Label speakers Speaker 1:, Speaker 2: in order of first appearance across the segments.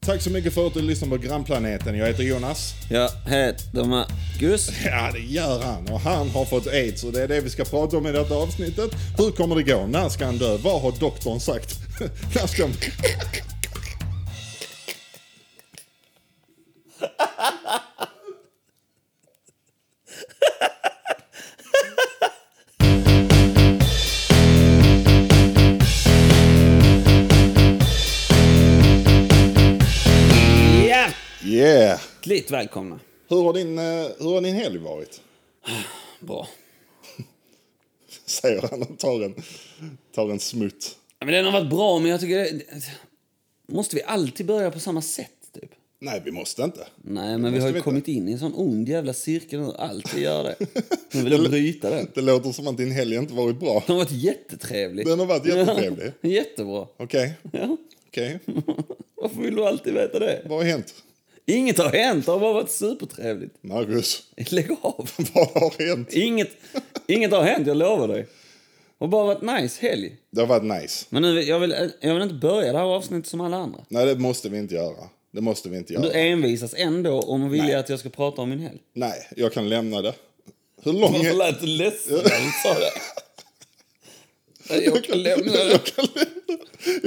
Speaker 1: Tack så mycket för att du lyssnade på Grannplaneten. Jag heter Jonas.
Speaker 2: Jag heter Marcus.
Speaker 1: Ja, det gör han. Och han har fått aids och det är det vi ska prata om i detta avsnittet. Hur kommer det gå? När ska han dö? Vad har doktorn sagt? När ska han... Yeah!
Speaker 2: Hjärtligt välkomna.
Speaker 1: Hur har din, eh, hur har din helg varit?
Speaker 2: Bra.
Speaker 1: Säger han och tar en, tar en smutt.
Speaker 2: Ja, men den har varit bra, men jag tycker... det- Måste vi alltid börja på samma sätt, typ?
Speaker 1: Nej, vi måste inte.
Speaker 2: Nej, men vi har
Speaker 1: vi
Speaker 2: ju
Speaker 1: inte.
Speaker 2: kommit in i en sån ond jävla cirkel nu. Alltid gör det. Nu vill jag bryta den.
Speaker 1: Det låter som att din helg inte varit bra.
Speaker 2: Den har varit jättetrevlig.
Speaker 1: Den har varit jättetrevlig.
Speaker 2: Ja, jättebra.
Speaker 1: Okej,
Speaker 2: Ja.
Speaker 1: okej.
Speaker 2: Varför vill du alltid veta det?
Speaker 1: Vad har hänt?
Speaker 2: Inget har hänt. Det har bara varit supertrevligt.
Speaker 1: Marcus,
Speaker 2: Lägg av.
Speaker 1: vad har hänt?
Speaker 2: Inget, inget har hänt, jag lovar dig. Det har bara varit nice helg.
Speaker 1: Det har varit nice.
Speaker 2: Men nu, vill- jag, vill, jag vill inte börja det här avsnittet som alla andra.
Speaker 1: Nej, det måste vi inte göra. Det måste vi inte göra.
Speaker 2: Du envisas ändå om att vilja att jag ska prata om min helg.
Speaker 1: Nej, jag kan lämna det. Hur lång
Speaker 2: Varför
Speaker 1: är...
Speaker 2: lät du ledsen när du sa det? Nej, Jag kan lämna det.
Speaker 1: Jag kan lämna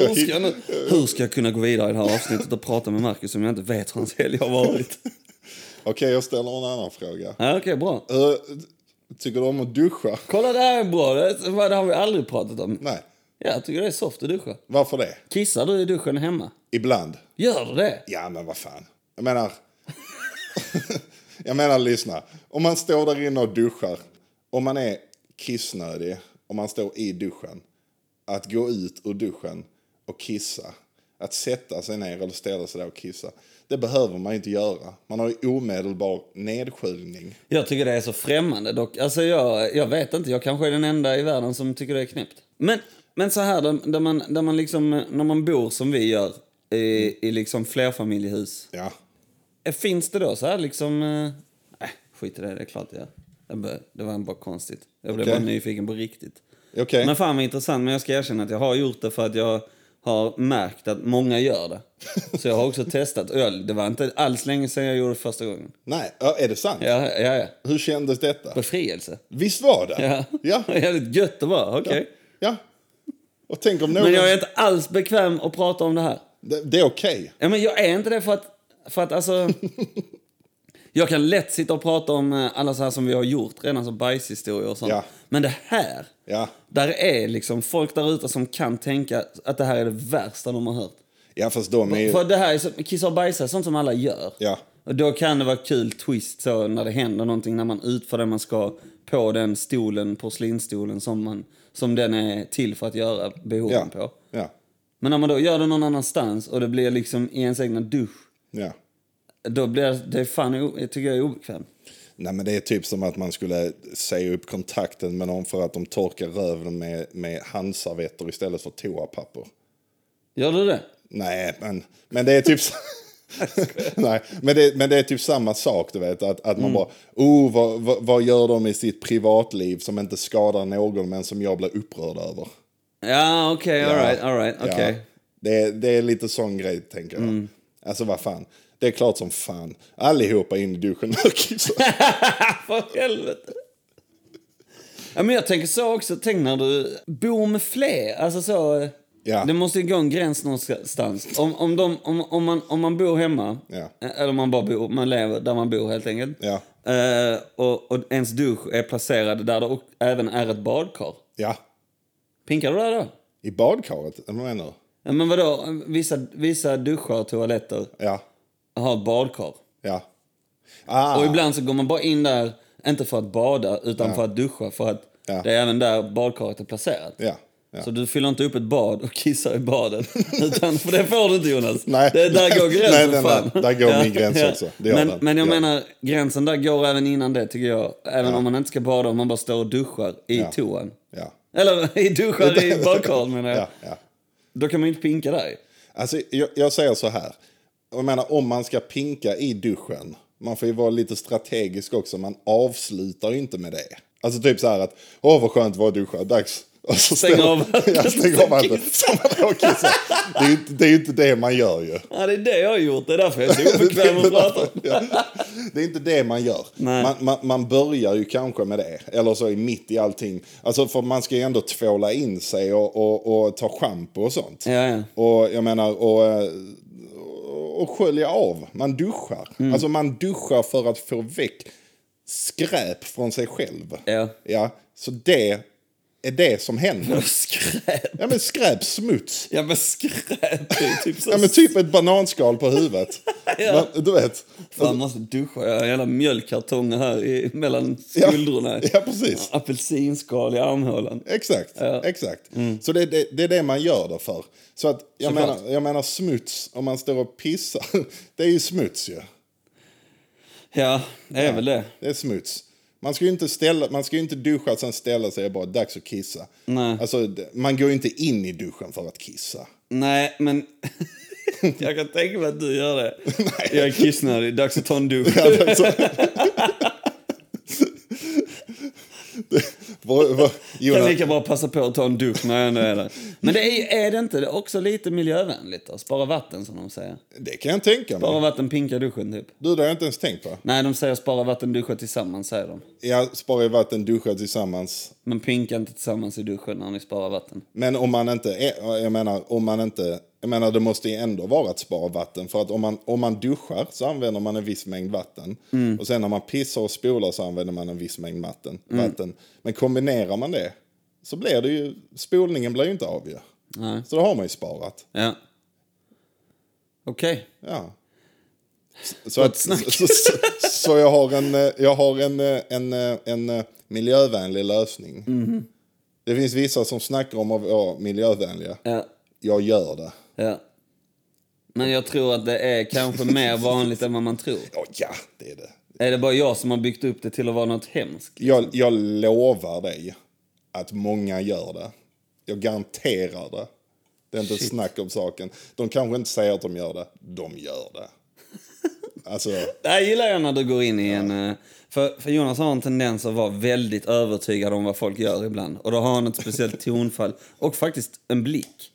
Speaker 2: Hur ska, jag nu, hur ska jag kunna gå vidare i det här avsnittet och prata med Marcus om jag inte vet hur hans helg har varit?
Speaker 1: Okej, jag ställer en annan fråga.
Speaker 2: Ja, Okej, bra.
Speaker 1: Eh, tycker du om att duscha?
Speaker 2: Kolla, det här är bra. Det, vad, det har vi aldrig pratat om.
Speaker 1: Nej.
Speaker 2: Ja, jag tycker det är soft att duscha.
Speaker 1: Varför det?
Speaker 2: Kissar du i duschen hemma?
Speaker 1: Ibland.
Speaker 2: Gör du det?
Speaker 1: Ja, men vad fan. Jag menar... jag menar, lyssna. Om man står där inne och duschar, om man är kissnödig, om man står i duschen, att gå ut ur duschen och kissa, att sätta sig ner eller ställa sig där och kissa, det behöver man ju inte göra. Man har ju omedelbar nedskjutning.
Speaker 2: Jag tycker det är så främmande dock. Alltså jag, jag vet inte, jag kanske är den enda i världen som tycker det är knäppt. Men, men så här, där, där, man, där man liksom, eh, när man bor som vi gör i, i liksom flerfamiljehus.
Speaker 1: Ja.
Speaker 2: Eh, Finns det då så här liksom... eh, Nej, skit i det, det är klart jag gör. Jag bör- Det var bara konstigt. Jag blev
Speaker 1: Okej.
Speaker 2: bara nyfiken på riktigt.
Speaker 1: Okej.
Speaker 2: Men fan vad intressant, men jag ska erkänna att jag har gjort det för att jag har märkt att många gör det. Så jag har också testat öl. Det var inte alls länge sedan jag gjorde det första gången.
Speaker 1: Nej, ja, är det sant?
Speaker 2: Ja, ja, ja.
Speaker 1: Hur kändes detta?
Speaker 2: Befrielse.
Speaker 1: Visst var det?
Speaker 2: Ja.
Speaker 1: Ja.
Speaker 2: Jävligt gött det var. Okej.
Speaker 1: ja. Och tänk om någon...
Speaker 2: Men jag är inte alls bekväm att prata om det här.
Speaker 1: Det, det är okej.
Speaker 2: Ja, men jag är inte det för att... För att alltså... jag kan lätt sitta och prata om eh, alla så här som vi har gjort redan, som bajshistorier och sånt.
Speaker 1: Ja.
Speaker 2: Men det här,
Speaker 1: Ja.
Speaker 2: där är liksom folk där ute som kan tänka att det här är det värsta de har hört.
Speaker 1: Ja, fast de är ju...
Speaker 2: För det här är så, kissa och bajsa är sånt som alla gör.
Speaker 1: Ja.
Speaker 2: Och då kan det vara kul twist så när det händer någonting, när man utför det man ska på den stolen, porslinsstolen som, man, som den är till för att göra behoven
Speaker 1: Ja.
Speaker 2: på.
Speaker 1: Ja.
Speaker 2: Men när man då gör det någon annanstans och det blir liksom i ens egna dusch,
Speaker 1: ja.
Speaker 2: då blir det- det är fan, o- jag tycker jag är obekvämt.
Speaker 1: Nej, men det är typ som att man skulle säga upp kontakten med någon för att de torkar röven med, med handservetter istället för toapapper.
Speaker 2: Gör du det?
Speaker 1: Nej, men, men det är typ... så- Nej, men det, men det är typ samma sak, du vet. Att, att man bara, oh, vad, vad, vad gör de i sitt privatliv som inte skadar någon men som jag blir upprörd över?
Speaker 2: Ja, okej, all alright, alright,
Speaker 1: Ja.
Speaker 2: okej.
Speaker 1: Det, är- det är lite sån grej, tänker jag. Alltså, vad fan. Det är klart som fan. Allihopa in i duschen och kissar.
Speaker 2: För helvete. Ja, men jag tänker så också. Tänk när du bor med fler. Alltså så,
Speaker 1: Ja.
Speaker 2: Det måste ju gå en gräns någonstans. Om, om, de, om, om, man, om man bor hemma, eh,
Speaker 1: Ja.
Speaker 2: eller man bara bor, man lever där man bor helt enkelt.
Speaker 1: Ja.
Speaker 2: Eh, och, och ens dusch är placerad där det o- även är ett badkar.
Speaker 1: Ja,
Speaker 2: Pinkar du där då?
Speaker 1: i badkaret, vad menar du?
Speaker 2: Ja, Men vadå, vissa, vissa duschar och toaletter
Speaker 1: Ja,
Speaker 2: har ett badkar.
Speaker 1: ja. Ah,
Speaker 2: Och ibland så går man bara in där, inte för att bada, utan för att duscha. För att
Speaker 1: Ja.
Speaker 2: det är även där badkaret är placerat.
Speaker 1: ja, ja.
Speaker 2: Så du fyller inte upp ett bad och kissar i badet. Utan, för det får du inte Jonas.
Speaker 1: Nej.
Speaker 2: Det, där går gränsen
Speaker 1: Nej, nej, nej.
Speaker 2: fan.
Speaker 1: Där går min gräns också. Det gör
Speaker 2: men,
Speaker 1: den.
Speaker 2: men jag
Speaker 1: Ja.
Speaker 2: menar, gränsen där går även innan det tycker jag. Även om man inte ska bada, om man bara står och duschar i
Speaker 1: Ja.
Speaker 2: toan.
Speaker 1: ja.
Speaker 2: Eller i duschar i badkaret menar jag.
Speaker 1: Ja, ja.
Speaker 2: Då kan man ju inte pinka där.
Speaker 1: Alltså, jag, jag säger så här. Jag menar, om man ska pinka i duschen, man får ju vara lite strategisk också. Man avslutar ju inte med det. Alltså typ så här att, åh vad skönt det var att duscha, dags Och så
Speaker 2: Stänger
Speaker 1: står-
Speaker 2: av vattnet
Speaker 1: Ja, stänger av vattnet. Så man då kissar. liksom. Det är ju inte- Det är ju inte det man gör ju.
Speaker 2: Ja, det är det jag har gjort. Det är därför jag är så
Speaker 1: Det
Speaker 2: obekväm
Speaker 1: är
Speaker 2: att
Speaker 1: inte
Speaker 2: prata om.
Speaker 1: därför- ja. Det är inte det man gör.
Speaker 2: Nej.
Speaker 1: Man, man, man börjar ju kanske med det, eller så är mitt i allting. Alltså för man ska ju ändå tvåla in sig och, och, och ta schampo och sånt.
Speaker 2: Ja, ja.
Speaker 1: Och jag menar, och, eh, och skölja av. Man duschar.
Speaker 2: Mm.
Speaker 1: Alltså man duschar för att få väck skräp från sig själv.
Speaker 2: Ja.
Speaker 1: Ja, så det är det som händer.
Speaker 2: Skräp.
Speaker 1: Ja men skräp, smuts.
Speaker 2: Ja, men skräp det är typ så.
Speaker 1: Ja men typ ett bananskal på huvudet.
Speaker 2: Ja.
Speaker 1: Men, Du vet.
Speaker 2: Fan, måste duscha. Jag har hela mjölkkartonger här i, mellan skuldrorna.
Speaker 1: Ja, ja precis.
Speaker 2: Apelsinskal i armhålan.
Speaker 1: Exakt, exakt. Så det, det, det är det man gör det för. Så att jag,
Speaker 2: Mm. Såklart.
Speaker 1: menar, jag menar smuts, om man står och pissar, det är ju smuts ju.
Speaker 2: Ja, det är väl det.
Speaker 1: Det är smuts. Man ska ju inte, ställa, man ska ju inte duscha och sen ställa sig och bara dags att kissa.
Speaker 2: Nej.
Speaker 1: Alltså, det- man går ju inte in i duschen för att kissa.
Speaker 2: Nej, men... jag kan tänka mig att du gör det. Jag är kissnödig. Dags att ta en dusch.
Speaker 1: Vad- vad-
Speaker 2: Jag kan
Speaker 1: Jonas,
Speaker 2: lika bra passa på att ta en dusch när jag ändå är där. Men det är, ju- är det inte också lite miljövänligt? Då? Spara vatten, som de säger.
Speaker 1: det kan jag tänka mig.
Speaker 2: Spara vatten, pinka duschen, typ.
Speaker 1: Du, det har jag inte ens tänkt på.
Speaker 2: Nej, de säger spara vatten, duscha tillsammans, säger de.
Speaker 1: Jag sparar vatten, duschar tillsammans.
Speaker 2: Men pinka inte tillsammans i duschen när ni sparar vatten.
Speaker 1: Men om man inte är, jag menar, om man inte, jag menar det måste ju ändå vara att spara vatten. För att om man, om man duschar så använder man en viss mängd vatten. Och sen när man pissar och spolar så använder man en viss mängd vatten. vatten. Men kombinerar man det så blir det ju, spolningen blir ju inte av ju.
Speaker 2: Nej.
Speaker 1: Så då har man ju sparat.
Speaker 2: Ja. Okej.
Speaker 1: Ja. Så, så, att, så, så, så jag har en, eh, jag har en, eh, en, eh, en eh, miljövänlig lösning. Det finns vissa som snackar om att vara miljövänliga.
Speaker 2: Ja.
Speaker 1: Jag gör det.
Speaker 2: ja. Men jag tror att det är kanske mer vanligt än vad man tror.
Speaker 1: Ja, ja, det är det.
Speaker 2: Är det bara jag som har byggt upp det till att vara något hemskt?
Speaker 1: Jag, jag lovar dig att många gör det. Jag garanterar det. Det är inte snack om saken. De kanske inte säger att de gör det. De gör det. Alltså,
Speaker 2: Det här gillar jag när du går in i en... eh, För, för Jonas har en tendens att vara väldigt övertygad om vad folk gör ibland. Och då har han ett speciellt tonfall och faktiskt en blick.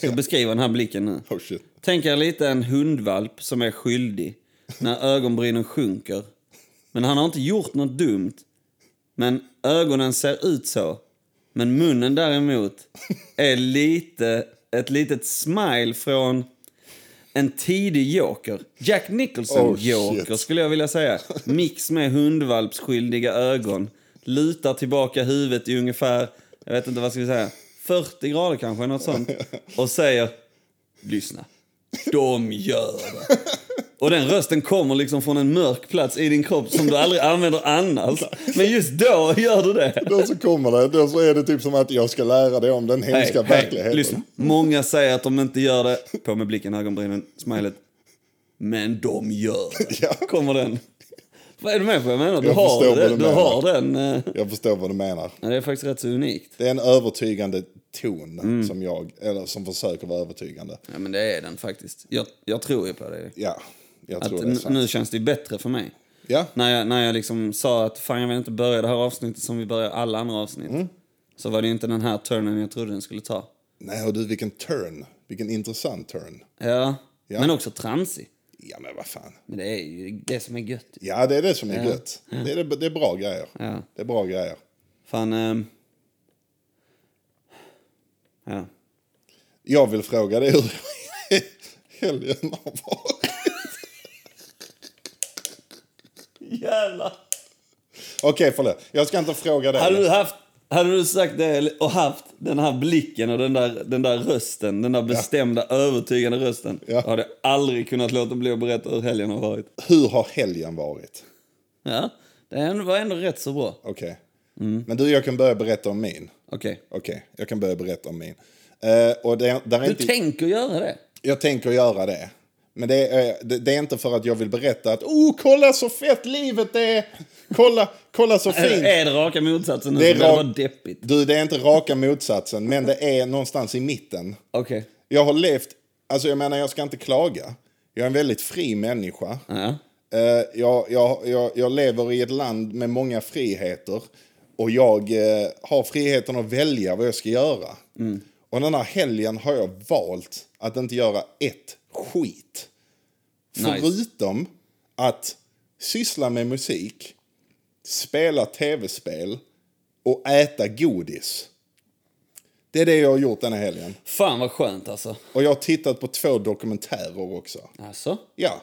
Speaker 2: Så beskriv den här blicken nu.
Speaker 1: oh shit.
Speaker 2: Tänk er lite en hundvalp som är skyldig när ögonbrynen sjunker. Men han har inte gjort något dumt. Men ögonen ser ut så. Men munnen däremot är lite, ett litet smile från en tidig joker. Jack
Speaker 1: Oh,
Speaker 2: Nicholson-joker
Speaker 1: shit.
Speaker 2: skulle jag vilja säga. Mix med hundvalpsskyldiga ögon. Lutar tillbaka huvudet i ungefär, jag vet inte vad ska vi säga, 40 grader kanske, något sånt. Och säger lyssna. De gör det. Och den rösten kommer liksom från en mörk plats i din kropp som du aldrig använder annars. Men just då gör du det.
Speaker 1: Då så kommer det. Då så är det typ som att jag ska lära dig om den hemska verkligheten.
Speaker 2: lyssna. Många säger att de inte gör det. På med blicken, ögonbrynen, smilet. Men de gör det.
Speaker 1: Ja.
Speaker 2: Kommer den. Vad är du med på vad jag menar? Du
Speaker 1: Jag
Speaker 2: har,
Speaker 1: förstår
Speaker 2: det,
Speaker 1: vad du
Speaker 2: du
Speaker 1: menar.
Speaker 2: har den. eh,
Speaker 1: Jag förstår vad du menar.
Speaker 2: Ja, det är faktiskt rätt så unikt.
Speaker 1: Det är en övertygande ton
Speaker 2: Mm.
Speaker 1: som jag, eller som försöker vara övertygande.
Speaker 2: Ja, men det är den faktiskt. Jag, jag tror ju på det.
Speaker 1: Ja, jag
Speaker 2: Att
Speaker 1: tror det är
Speaker 2: nu-
Speaker 1: sant.
Speaker 2: nu känns det ju bättre för mig.
Speaker 1: Ja,
Speaker 2: När jag, när jag liksom sa att fan jag vill inte börja det här avsnittet som vi börjar alla andra avsnitt. Så var det ju inte den här turnen jag trodde den skulle ta.
Speaker 1: nej och du vilken turn. Vilken intressant turn.
Speaker 2: Ja. Men också transig.
Speaker 1: Ja men vad fan.
Speaker 2: Men det är ju det som är gött.
Speaker 1: Ja, det är det som är gött. Det, är, det är bra grejer. Det är bra grejer.
Speaker 2: Fan. ehm. Ja.
Speaker 1: Jag vill fråga dig hur helgen har varit.
Speaker 2: Jävlar.
Speaker 1: Okej, förlåt. Jag ska inte fråga
Speaker 2: Hade
Speaker 1: dig.
Speaker 2: du haft hade du sagt det och haft den här blicken och den där, den där rösten, den där bestämda, övertygande rösten,
Speaker 1: Ja.
Speaker 2: då hade jag aldrig kunnat låta bli att berätta hur helgen har varit.
Speaker 1: Hur har helgen varit?
Speaker 2: Ja, det är ändå- var ändå rätt så bra.
Speaker 1: Okej. Men du, jag kan börja berätta om min.
Speaker 2: Okej.
Speaker 1: Okej, jag kan börja berätta om min. Eh, och det, där är
Speaker 2: Du
Speaker 1: inte,
Speaker 2: tänker göra det?
Speaker 1: jag tänker göra det. Men det är, det, det är inte för att jag vill berätta att oh, kolla så fett livet är! Kolla, kolla
Speaker 2: Äh,
Speaker 1: så fint!
Speaker 2: Är det raka motsatsen nu
Speaker 1: Det
Speaker 2: det
Speaker 1: är
Speaker 2: är det
Speaker 1: rak-
Speaker 2: vara deppigt.
Speaker 1: Du, det är inte raka motsatsen, men det är någonstans i mitten.
Speaker 2: Okej.
Speaker 1: Jag har levt, alltså jag menar jag ska inte klaga. Jag är en väldigt fri människa.
Speaker 2: Ja.
Speaker 1: Eh, jag, jag, jag, jag lever i ett land med många friheter. Och jag eh, har friheten att välja vad jag ska göra.
Speaker 2: Mm.
Speaker 1: Och den här helgen har jag valt att inte göra ett skit.
Speaker 2: Nice.
Speaker 1: Förutom att syssla med musik, spela tv-spel och äta godis. Det är det jag har gjort den här helgen.
Speaker 2: Fan vad skönt alltså.
Speaker 1: Och jag har tittat på två dokumentärer också.
Speaker 2: Alltså?
Speaker 1: Ja,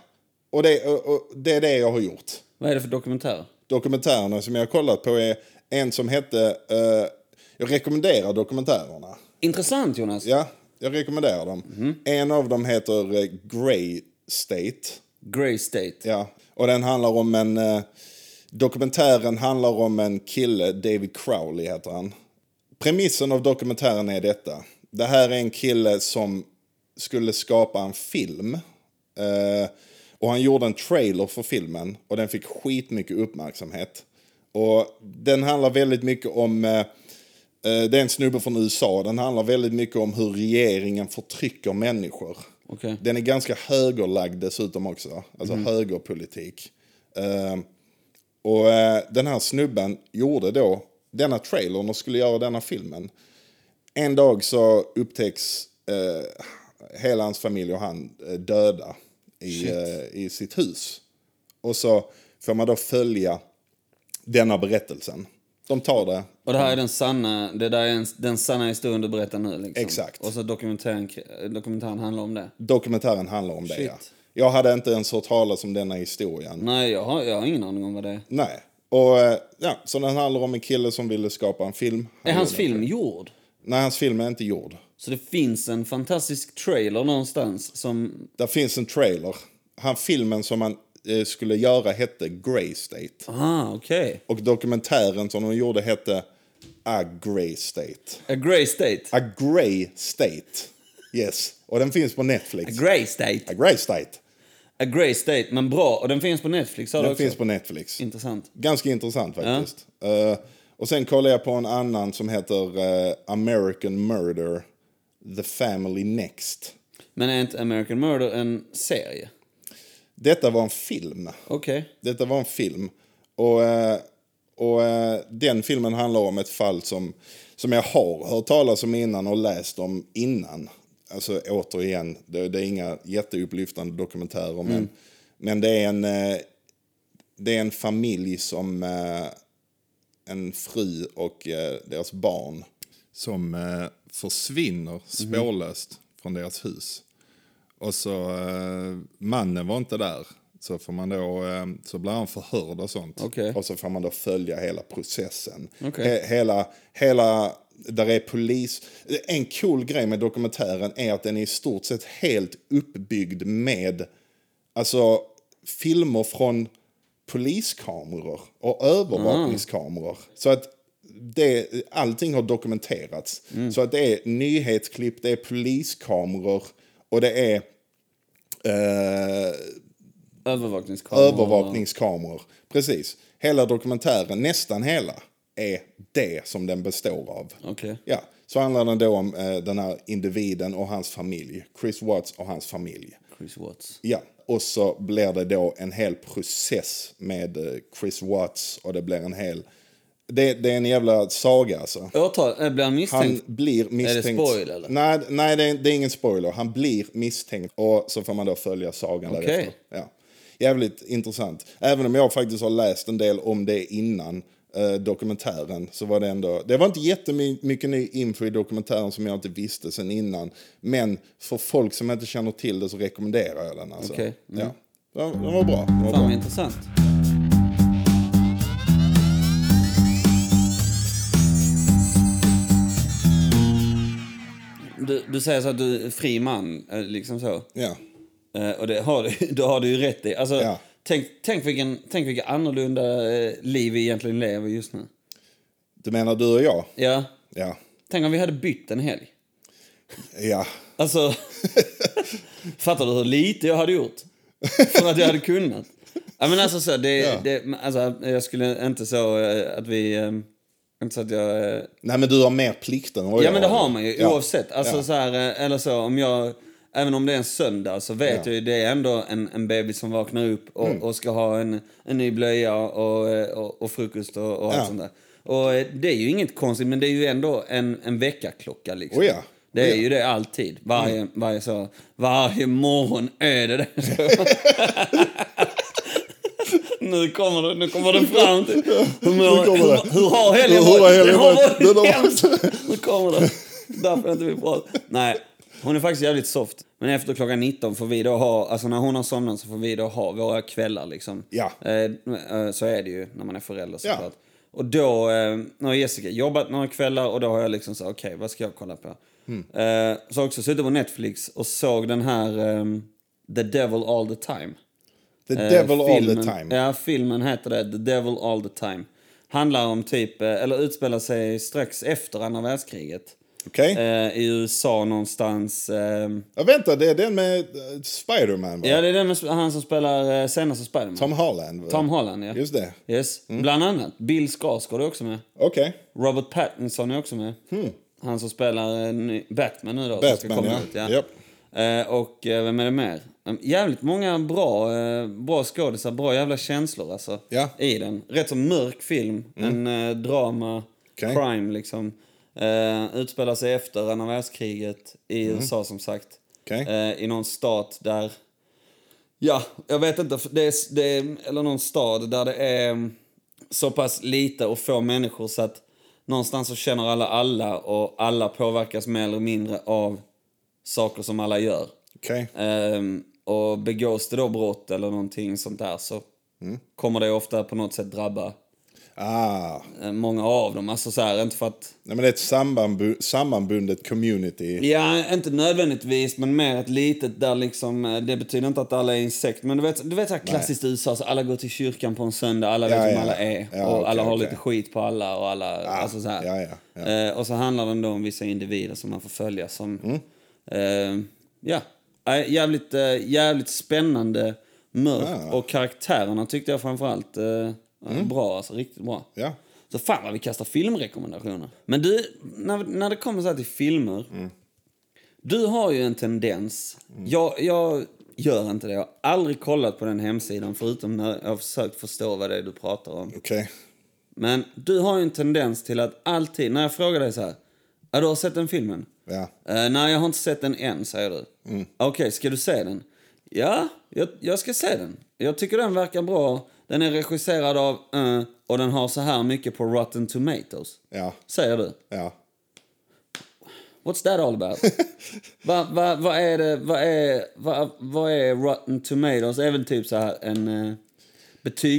Speaker 1: och det, och, och det är det jag har gjort.
Speaker 2: Vad är det för dokumentärer?
Speaker 1: Dokumentärerna som jag har kollat på är en som hette... eh, jag rekommenderar dokumentärerna.
Speaker 2: Intressant Jonas.
Speaker 1: Ja, jag rekommenderar dem. En av dem heter eh, Grey State.
Speaker 2: Grey State.
Speaker 1: Ja, och den handlar om en... eh, dokumentären handlar om en kille, David Crowley heter han. Premissen av dokumentären är detta. Det här är en kille som skulle skapa en film. Eh, och han gjorde en trailer för filmen och den fick skitmycket uppmärksamhet. Och den handlar väldigt mycket om... eh, eh, det är en snubbe från USA. Den handlar väldigt mycket om hur regeringen förtrycker människor.
Speaker 2: Okej.
Speaker 1: Den är ganska högerlagd dessutom också. Alltså högerpolitik. Eh, och eh, den här snubben gjorde då denna trailern och skulle göra denna filmen. En dag så upptäcks eh, hela hans familj och han eh, döda i, eh, i sitt hus. Och så får man då följa denna berättelsen. De tar det
Speaker 2: Och det här är den sanna, det där är en, den sanna historien du berättar nu liksom.
Speaker 1: Exakt.
Speaker 2: Och så dokumentären, k- dokumentären handlar om det.
Speaker 1: Dokumentären handlar om det.
Speaker 2: Shit.
Speaker 1: Ja. Jag hade inte ens hört talas om denna historien.
Speaker 2: Nej, jag har, jag har ingen aning om vad det är.
Speaker 1: Nej. Och eh, ja, så den handlar om en kille som ville skapa en film.
Speaker 2: Är hans
Speaker 1: gjorde-
Speaker 2: film gjord?
Speaker 1: Nej, hans film är inte gjord.
Speaker 2: Så det finns en fantastisk trailer någonstans som...
Speaker 1: Där finns en trailer. Han, filmen som han eh, skulle göra hette Grey State.
Speaker 2: Ah, okej.
Speaker 1: Och dokumentären som de gjorde hette A Grey State.
Speaker 2: A Grey State.
Speaker 1: A Grey State. Yes. Och den finns på Netflix.
Speaker 2: Grey State.
Speaker 1: A Grey State.
Speaker 2: A Grey State, men bra. Och den finns på Netflix, sa du
Speaker 1: Den
Speaker 2: också?
Speaker 1: finns på Netflix.
Speaker 2: Mm. Intressant.
Speaker 1: Ganska intressant faktiskt. Eh, och sen kollar jag på en annan som heter eh, American Murder, The Family Next.
Speaker 2: Men är inte American Murder en serie?
Speaker 1: Detta var en film.
Speaker 2: Okej.
Speaker 1: Detta var en film. Och, eh, och eh, den filmen handlar om ett fall som, som jag har hört talas om innan och läst om innan. Alltså återigen, det, det är inga jätteupplyftande dokumentärer men, men det är en eh, det är en familj som eh, en fru och eh, deras barn Mhm. som eh, försvinner spårlöst från deras hus. Och så eh, mannen var inte där. Så, får man då, eh, så blir han förhörd och sånt.
Speaker 2: Okej.
Speaker 1: Och så får man då följa hela processen.
Speaker 2: Okej.
Speaker 1: He- hela, hela, där är polis. En cool grej med dokumentären är att den är i stort sett helt uppbyggd med alltså, filmer från poliskameror och övervakningskameror. Så att det, allting har dokumenterats. Så att det är nyhetsklipp, det är poliskameror och det är eh,
Speaker 2: Övervakningskameror.
Speaker 1: övervakningskameror. Precis. Hela dokumentären, nästan hela, är det som den består av.
Speaker 2: Okej.
Speaker 1: Ja, så handlar den då om eh, den här individen och hans familj. Chris Watts och hans familj.
Speaker 2: Chris Watts.
Speaker 1: Ja, och så blir det då en hel process med eh, Chris Watts och det blir en hel... Det, det är en jävla saga alltså.
Speaker 2: Åtal, äh, blir han misstänkt?
Speaker 1: Han blir misstänkt.
Speaker 2: spoil, eller?
Speaker 1: Nej, nej det, är, det är ingen spoiler. Han blir misstänkt och så får man då följa sagan
Speaker 2: Okej.
Speaker 1: därefter. Ja. Jävligt intressant. Även om jag faktiskt har läst en del om det innan eh, dokumentären så var det ändå... Det var inte jättemycket ny info i dokumentären som jag inte visste sen innan. Men för folk som inte känner till det så rekommenderar jag den. Alltså.
Speaker 2: Okej, mm.
Speaker 1: Ja. Den, den var bra. Den var
Speaker 2: Fan
Speaker 1: bra.
Speaker 2: vad intressant. Du, du säger så att du är fri man, eh, liksom så.
Speaker 1: Ja.
Speaker 2: Eh, Och det har du, då har du ju rätt i. Alltså,
Speaker 1: Ja.
Speaker 2: tänk, tänk, vilken, tänk vilka annorlunda eh, liv vi egentligen lever just nu.
Speaker 1: Du menar du och jag?
Speaker 2: Ja.
Speaker 1: Ja.
Speaker 2: Tänk om vi hade bytt en helg.
Speaker 1: Ja.
Speaker 2: Alltså, fattar du hur lite jag hade gjort? För att jag hade kunnat. Ja, men alltså, så, det, det, men alltså, jag skulle inte så eh, att vi... eh, Inte så att jag... eh,
Speaker 1: Nej men du har mer plikter än vad
Speaker 2: Ja,
Speaker 1: jag
Speaker 2: men det har man ju
Speaker 1: Ja.
Speaker 2: oavsett. Alltså,
Speaker 1: Ja.
Speaker 2: så här, eh, eller så, om jag, även om det är en söndag så vet
Speaker 1: Ja. Mm.
Speaker 2: jag ju det är ändå en, en bebis som vaknar upp eh, och, och ska ha en, en ny blöja och, och, och frukost och, och allt
Speaker 1: Ja.
Speaker 2: sånt där. Och eh, det är ju inget konstigt, men det är ju ändå en, en väckarklocka. Liksom.
Speaker 1: Oh ja. Mm.
Speaker 2: Det är ju det alltid. Varje, varje, så, varje morgon är det det. nu, kommer det nu kommer det fram till... Hur, mår-
Speaker 1: kommer det.
Speaker 2: hur, hur har helgen
Speaker 1: Hur har
Speaker 2: varit?
Speaker 1: helgen
Speaker 2: Det
Speaker 1: varit?
Speaker 2: har varit
Speaker 1: Den har
Speaker 2: hemskt.
Speaker 1: varit-
Speaker 2: Nu kommer det. Därför jag inte vill prata. Nej, hon är faktiskt jävligt soft. Men efter klockan 19 får vi då ha, alltså när hon har somnat så får vi då ha våra kvällar liksom.
Speaker 1: Ja.
Speaker 2: Eh, eh, så är det ju när man är förälder
Speaker 1: Ja.
Speaker 2: såklart. Och då eh, har Jessica jobbat några kvällar och då har jag liksom så här, okej vad ska jag kolla på?
Speaker 1: Mm.
Speaker 2: Eh, så har jag också suttit på Netflix och såg den här ehm, The Devil All The Time.
Speaker 1: The
Speaker 2: Eh,
Speaker 1: devil all the
Speaker 2: filmen-
Speaker 1: time.
Speaker 2: Ja, filmen heter det. The Devil All The Time. Handlar om typ, eh, eller utspelar sig strax efter andra världskriget.
Speaker 1: Okej?
Speaker 2: Eh, I USA någonstans. ehm.
Speaker 1: Ja, vänta, det är den med eh, Spider-Man, va?
Speaker 2: ja, det är den med sp- han som spelar eh, senaste Spiderman. Tom,
Speaker 1: Tom Holland, Mm. va?
Speaker 2: Holland, ja.
Speaker 1: Just det.
Speaker 2: Yes. Bland annat. Bill Skarsgård är också med.
Speaker 1: Okej.
Speaker 2: Robert Pattinson är också med. Han som spelar eh, ny- Batman nu då. som ska
Speaker 1: Hmm. Batman,
Speaker 2: komma
Speaker 1: ja.
Speaker 2: ut, ja.
Speaker 1: Japp.
Speaker 2: Eh, och eh, vem är det mer? Eh, Jävligt många bra, eh, bra skådisar, bra jävla känslor alltså,
Speaker 1: Ja. Mm.
Speaker 2: i den. Rätt så mörk film, en eh, drama,
Speaker 1: Okej.
Speaker 2: crime liksom. Eh, utspelar sig efter andra världskriget i
Speaker 1: Mm.
Speaker 2: USA som sagt.
Speaker 1: Okej.
Speaker 2: Eh, I någon stat där, ja, jag vet inte, för det är, det är, eller någon stad där det är mm, så pass lite och få människor så att någonstans så känner alla alla och alla påverkas mer eller mindre av saker som alla gör.
Speaker 1: Okej.
Speaker 2: Ehm, och begås det då brott eller någonting sånt där så kommer det ofta på något sätt drabba
Speaker 1: Ah.
Speaker 2: eh, många av dem. Alltså så här, inte för att...
Speaker 1: Nej, men det är ett sammanbu- sammanbundet community.
Speaker 2: Ja, inte nödvändigtvis, men mer ett litet där liksom... eh, Det betyder inte att alla är insekt, men du vet, du vet så här klassiskt i USA, så alla går till kyrkan på en söndag, alla
Speaker 1: Ja,
Speaker 2: vet vem
Speaker 1: ja.
Speaker 2: alla är
Speaker 1: Ja,
Speaker 2: och
Speaker 1: okej,
Speaker 2: alla har
Speaker 1: okej.
Speaker 2: lite skit på alla och alla... alltså så här.
Speaker 1: ja, ja, ja. Mm.
Speaker 2: Eh, och så handlar den då om vissa individer som man får följa som... Eh, ja, Eh, jävligt, eh, jävligt spännande, mörkt och karaktärerna tyckte jag framförallt eh,
Speaker 1: Mm.
Speaker 2: bra, alltså riktigt bra.
Speaker 1: Ja.
Speaker 2: Så fan vad vi kastar filmrekommendationer. Men du, när, när det kommer så här till filmer. Du har ju en tendens. Jag, jag gör inte det. Jag har aldrig kollat på den hemsidan förutom när jag har försökt förstå vad det är du pratar om.
Speaker 1: Okej.
Speaker 2: Men du har ju en tendens till att alltid, när jag frågar dig så här. Ja, du har sett den filmen?
Speaker 1: Ja.
Speaker 2: Eh, nej, jag har inte sett den än, säger du.
Speaker 1: Mm.
Speaker 2: Okej, ska du se den? Ja, jag, jag ska se den. Jag tycker den verkar bra. Den är regisserad av eh, och den har så här mycket på Rotten Tomatoes.
Speaker 1: Ja.
Speaker 2: Säger du.
Speaker 1: Ja.
Speaker 2: What's that all about? Vad va, va är det, vad är, va, vad är Rotten Tomatoes? Även typ så här en eh,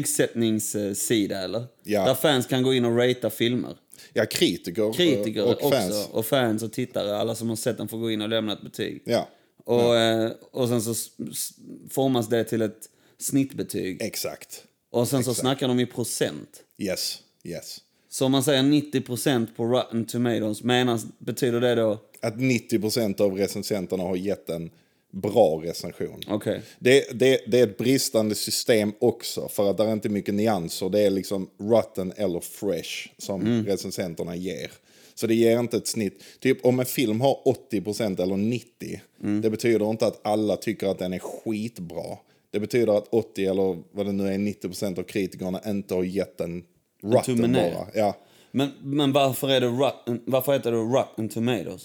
Speaker 2: betygssättningssida eller?
Speaker 1: Ja.
Speaker 2: Där fans kan gå in och ratea filmer.
Speaker 1: Ja, kritiker, och-
Speaker 2: Kritiker
Speaker 1: och fans.
Speaker 2: också och fans och tittare, alla som har sett den får gå in och lämna ett betyg.
Speaker 1: Ja,
Speaker 2: Och, eh, och sen så s- s- formas det till ett snittbetyg.
Speaker 1: exakt.
Speaker 2: Och sen så snackar de i procent.
Speaker 1: Yes, yes.
Speaker 2: Så om man säger 90 på Rotten Tomatoes, menas, betyder det då...
Speaker 1: Att 90 av recensenterna har gett en bra recension.
Speaker 2: Okej.
Speaker 1: Det, det, det är ett bristande system också, för att det är inte mycket nyanser. Det är liksom rotten eller fresh som
Speaker 2: Mm.
Speaker 1: recensenterna ger. Så det ger inte ett snitt. Typ om en film har 80% eller 90,
Speaker 2: Mm.
Speaker 1: det betyder inte att alla tycker att den är skitbra. Det betyder att 80 eller vad det nu är, 90% av kritikerna inte har gett en
Speaker 2: tumme
Speaker 1: rotten
Speaker 2: ner.
Speaker 1: bara. Ja.
Speaker 2: Men, men varför, är det rotten, varför heter det Rotten Tomatoes?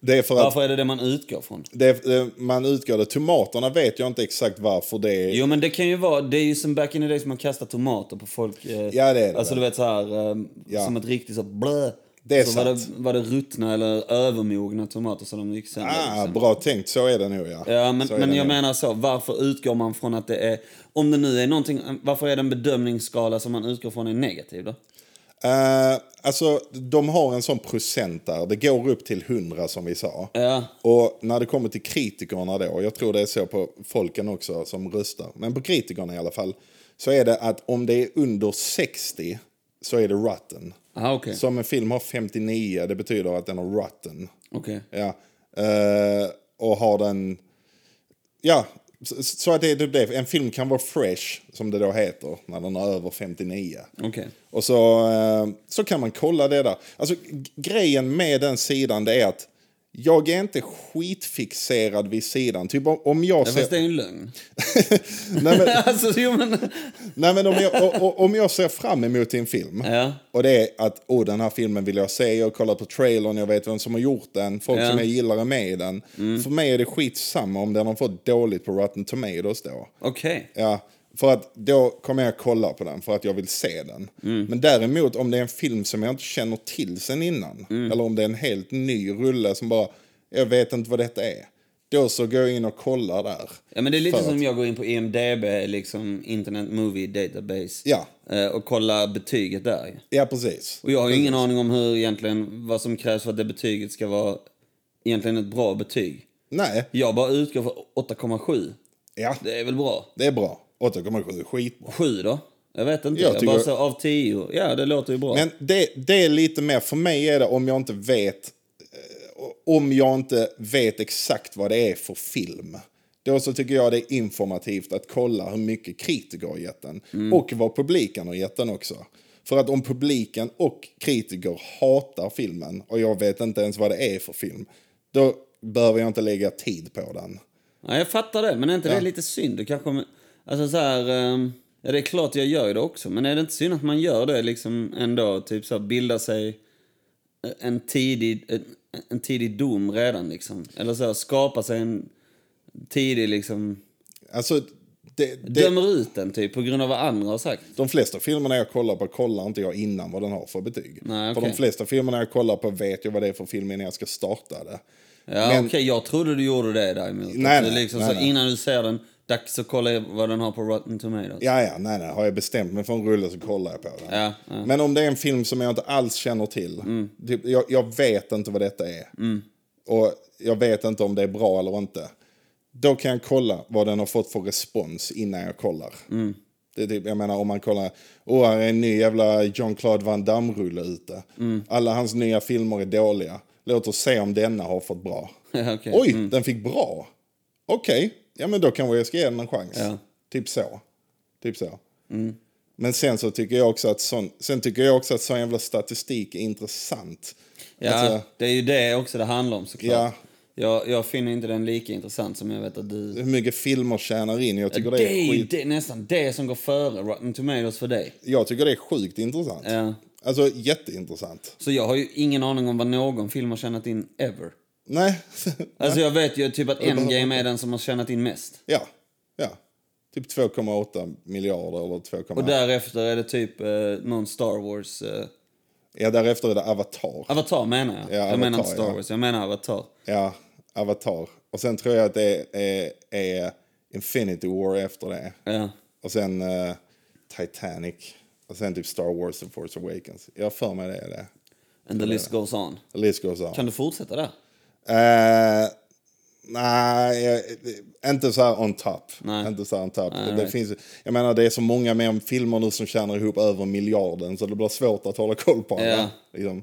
Speaker 1: Det är för att
Speaker 2: Varför är det det man utgår från?
Speaker 1: det, det, man utgår det. Tomaterna vet jag inte exakt varför det är.
Speaker 2: Jo men det kan ju vara, det är ju som back in the day som man kastar tomater på folk. Eh,
Speaker 1: Ja, det är det
Speaker 2: Alltså
Speaker 1: väl.
Speaker 2: du vet så här, eh,
Speaker 1: Ja.
Speaker 2: som ett riktigt så blö.
Speaker 1: Det är
Speaker 2: så var det,
Speaker 1: sant.
Speaker 2: var det ruttna eller övermogna tomater som de gick sönder.
Speaker 1: Ah,
Speaker 2: liksom.
Speaker 1: bra tänkt, så är det nog ja.
Speaker 2: Ja, men,
Speaker 1: Så är
Speaker 2: men
Speaker 1: det
Speaker 2: jag
Speaker 1: nog.
Speaker 2: menar så, varför utgår man från att det är... Om det nu är någonting, varför är den bedömningsskala som man utgår från är negativ då?
Speaker 1: Eh, alltså, de har en sån procent där. Det går upp till 100 som vi sa.
Speaker 2: Ja.
Speaker 1: Och när det kommer till kritikerna då, jag tror det är så på folken också som röstar, men på kritikerna i alla fall, så är det att om det är under 60 så är det rotten.
Speaker 2: Aha, okej.
Speaker 1: Så om en film har 59, det betyder att den har rotten.
Speaker 2: Okej.
Speaker 1: Ja. Eh, och har den... Ja, så, så att det är typ det. En film kan vara fresh, som det då heter, när den är över 59.
Speaker 2: Okej.
Speaker 1: Och så, eh, så kan man kolla det där. Alltså, g- grejen med den sidan det är att Jag är inte skitfixerad vid sidan. Typ om- om jag
Speaker 2: Fast det är
Speaker 1: ser...
Speaker 2: ju en lögn.
Speaker 1: Nej men,
Speaker 2: alltså, jo, men...
Speaker 1: nej, men om, jag, o- o- om jag ser fram emot en film
Speaker 2: Ja.
Speaker 1: och det är att oh, den här filmen vill jag se, jag kollar på trailern, jag vet vem som har gjort den, folk
Speaker 2: Ja. Mm.
Speaker 1: som jag gillar är med i den. För mig är det skitsamma om den har fått dåligt på Rotten Tomatoes då.
Speaker 2: Okej.
Speaker 1: Ja, för att då kommer jag kolla på den för att jag vill se den.
Speaker 2: Mm.
Speaker 1: Men däremot om det är en film som jag inte känner till sen innan.
Speaker 2: Mm.
Speaker 1: Eller om det är en helt ny rulle som bara, jag vet inte vad detta är. Då så går jag in och kollar där.
Speaker 2: Ja, men det är lite
Speaker 1: För
Speaker 2: som jag går in på IMDB, liksom Internet Movie Database,
Speaker 1: Ja.
Speaker 2: eh, och kollar betyget där.
Speaker 1: Ja, precis.
Speaker 2: Och jag har ju ingen aning om hur egentligen, vad som krävs för att det betyget ska vara egentligen ett bra betyg.
Speaker 1: Nej,
Speaker 2: Jag bara utgår från 8,7.
Speaker 1: ja,
Speaker 2: Det är väl bra?
Speaker 1: det är bra. 8,7 är skitbra.
Speaker 2: 7 då? Jag vet inte.
Speaker 1: Jag
Speaker 2: Jag, bara
Speaker 1: tycker-
Speaker 2: så av 10. Ja, det låter ju bra.
Speaker 1: Men det, det är lite mer, för mig är det om jag inte vet eh, om jag inte vet exakt vad det är för film. Då så tycker jag det är informativt att kolla hur mycket kritiker har gett den. Och vad publiken har gett den också. För att om publiken och kritiker hatar filmen och jag vet inte ens vad det är för film. Då behöver jag inte lägga tid på den.
Speaker 2: Ja, jag fattar det, men är inte det lite synd? Du kanske... Alltså så här... ehm, Ja, det är klart jag gör det också, men är det inte synd att man gör det liksom ändå? Typ så här, bildar sig eh, en tidig, en, en tidig dom redan liksom. Eller så här, skapar sig en tidig liksom...
Speaker 1: Alltså, det, det,
Speaker 2: Dömer ut den typ på grund av vad andra har sagt.
Speaker 1: de flesta filmerna jag kollar på kollar inte jag innan vad den har för betyg.
Speaker 2: Nej,
Speaker 1: För
Speaker 2: okej.
Speaker 1: de flesta filmerna jag kollar på vet jag vad det är för film innan jag ska starta det.
Speaker 2: Ja,
Speaker 1: Men-
Speaker 2: okej, jag trodde du gjorde det däremot.
Speaker 1: Nej,
Speaker 2: Att du
Speaker 1: nej,
Speaker 2: liksom,
Speaker 1: nej,
Speaker 2: så
Speaker 1: nej.
Speaker 2: Innan du ser den, dags att kolla vad den har på Rotten Tomatoes.
Speaker 1: Ja, ja, nej, nej. Har jag bestämt mig för en rulle så kollar jag på den.
Speaker 2: Ja, ja.
Speaker 1: Men om det är en film som jag inte alls känner till. Typ, jag, jag vet inte vad detta är. Och jag vet inte om det är bra eller inte. Då kan jag kolla vad den har fått för respons innan jag kollar. Det är typ, jag menar om man kollar, åh här är en ny jävla Jean-Claude Van Damme-rulle ute. Alla hans nya filmer är dåliga. Låt oss se om denna har fått bra.
Speaker 2: Ja, okej.
Speaker 1: Oj, den fick bra. Okej, ja men då kanske jag ska ge den en chans.
Speaker 2: Ja. Mm.
Speaker 1: Typ så. Typ så. Men sen så tycker jag också att sån, sen tycker jag också att sån jävla statistik är intressant.
Speaker 2: Ja,
Speaker 1: Alltså,
Speaker 2: det är ju det också det handlar om såklart.
Speaker 1: Ja.
Speaker 2: Jag, jag finner inte den lika intressant som jag vet att du...
Speaker 1: hur mycket filmer tjänar in. Jag tycker,
Speaker 2: Det
Speaker 1: det
Speaker 2: är
Speaker 1: är
Speaker 2: ju
Speaker 1: skit,
Speaker 2: det, nästan det som går före Rotten Tomatoes för dig.
Speaker 1: jag tycker det är sjukt intressant.
Speaker 2: Ja.
Speaker 1: Alltså jätteintressant.
Speaker 2: Så jag har ju ingen aning om vad någon film har tjänat in ever.
Speaker 1: Nej,
Speaker 2: Alltså jag vet ju typ att Endgame är den som har tjänat in mest.
Speaker 1: ja, ja. Typ 2,8 miljarder eller
Speaker 2: Och
Speaker 1: 2,8.
Speaker 2: därefter är det typ eh, någon Star Wars... Eh,
Speaker 1: Ja, därefter är det Avatar.
Speaker 2: Avatar menar jag. jag
Speaker 1: Avatar,
Speaker 2: menar inte Star
Speaker 1: ja.
Speaker 2: Wars, jag menar Avatar.
Speaker 1: Ja, Avatar. Och sen tror jag att det är, är Infinity War efter det.
Speaker 2: Ja.
Speaker 1: Och sen eh, Titanic. Och sen typ Star Wars The Force Awakens. Jag har för mig det är det.
Speaker 2: And the list goes on.
Speaker 1: The list goes on.
Speaker 2: Kan du fortsätta där?
Speaker 1: Eh, Nej, eh, inte så här on top.
Speaker 2: Nej.
Speaker 1: Inte så här on top. det
Speaker 2: right.
Speaker 1: finns, jag menar, det är så många mer filmer nu som tjänar ihop över miljarden så det blir svårt att hålla koll på alla.
Speaker 2: Ja.
Speaker 1: Liksom.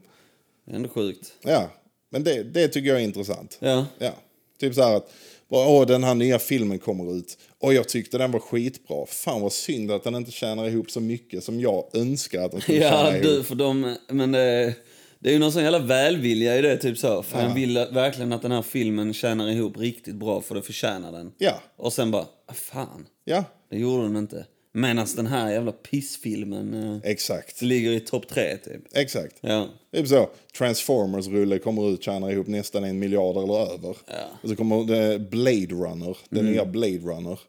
Speaker 2: Det är ändå sjukt.
Speaker 1: Ja, men det, det tycker jag är intressant.
Speaker 2: Ja.
Speaker 1: Ja. Typ så här att, bara, åh den här nya filmen kommer ut. Och jag tyckte den var skitbra. Fan vad synd att den inte tjänar ihop så mycket som jag önskar att den skulle
Speaker 2: Ja,
Speaker 1: tjäna
Speaker 2: du,
Speaker 1: ihop.
Speaker 2: för de... Men det, det är ju någon sån jävla välvilja i det, typ så. Fan, jag vill verkligen att den här filmen tjänar ihop riktigt bra för det förtjänar den.
Speaker 1: Ja,
Speaker 2: Och sen bara, ah, fan,
Speaker 1: ja,
Speaker 2: det gjorde den inte. Medan den här jävla pissfilmen eh,
Speaker 1: exakt.
Speaker 2: ligger i topp tre, typ.
Speaker 1: Exakt.
Speaker 2: Ja.
Speaker 1: Typ så, Transformers-rulle kommer ut, tjänar ihop nästan en miljard eller över. Och så kommer det Blade Runner, den
Speaker 2: Mm.
Speaker 1: nya Blade Runner.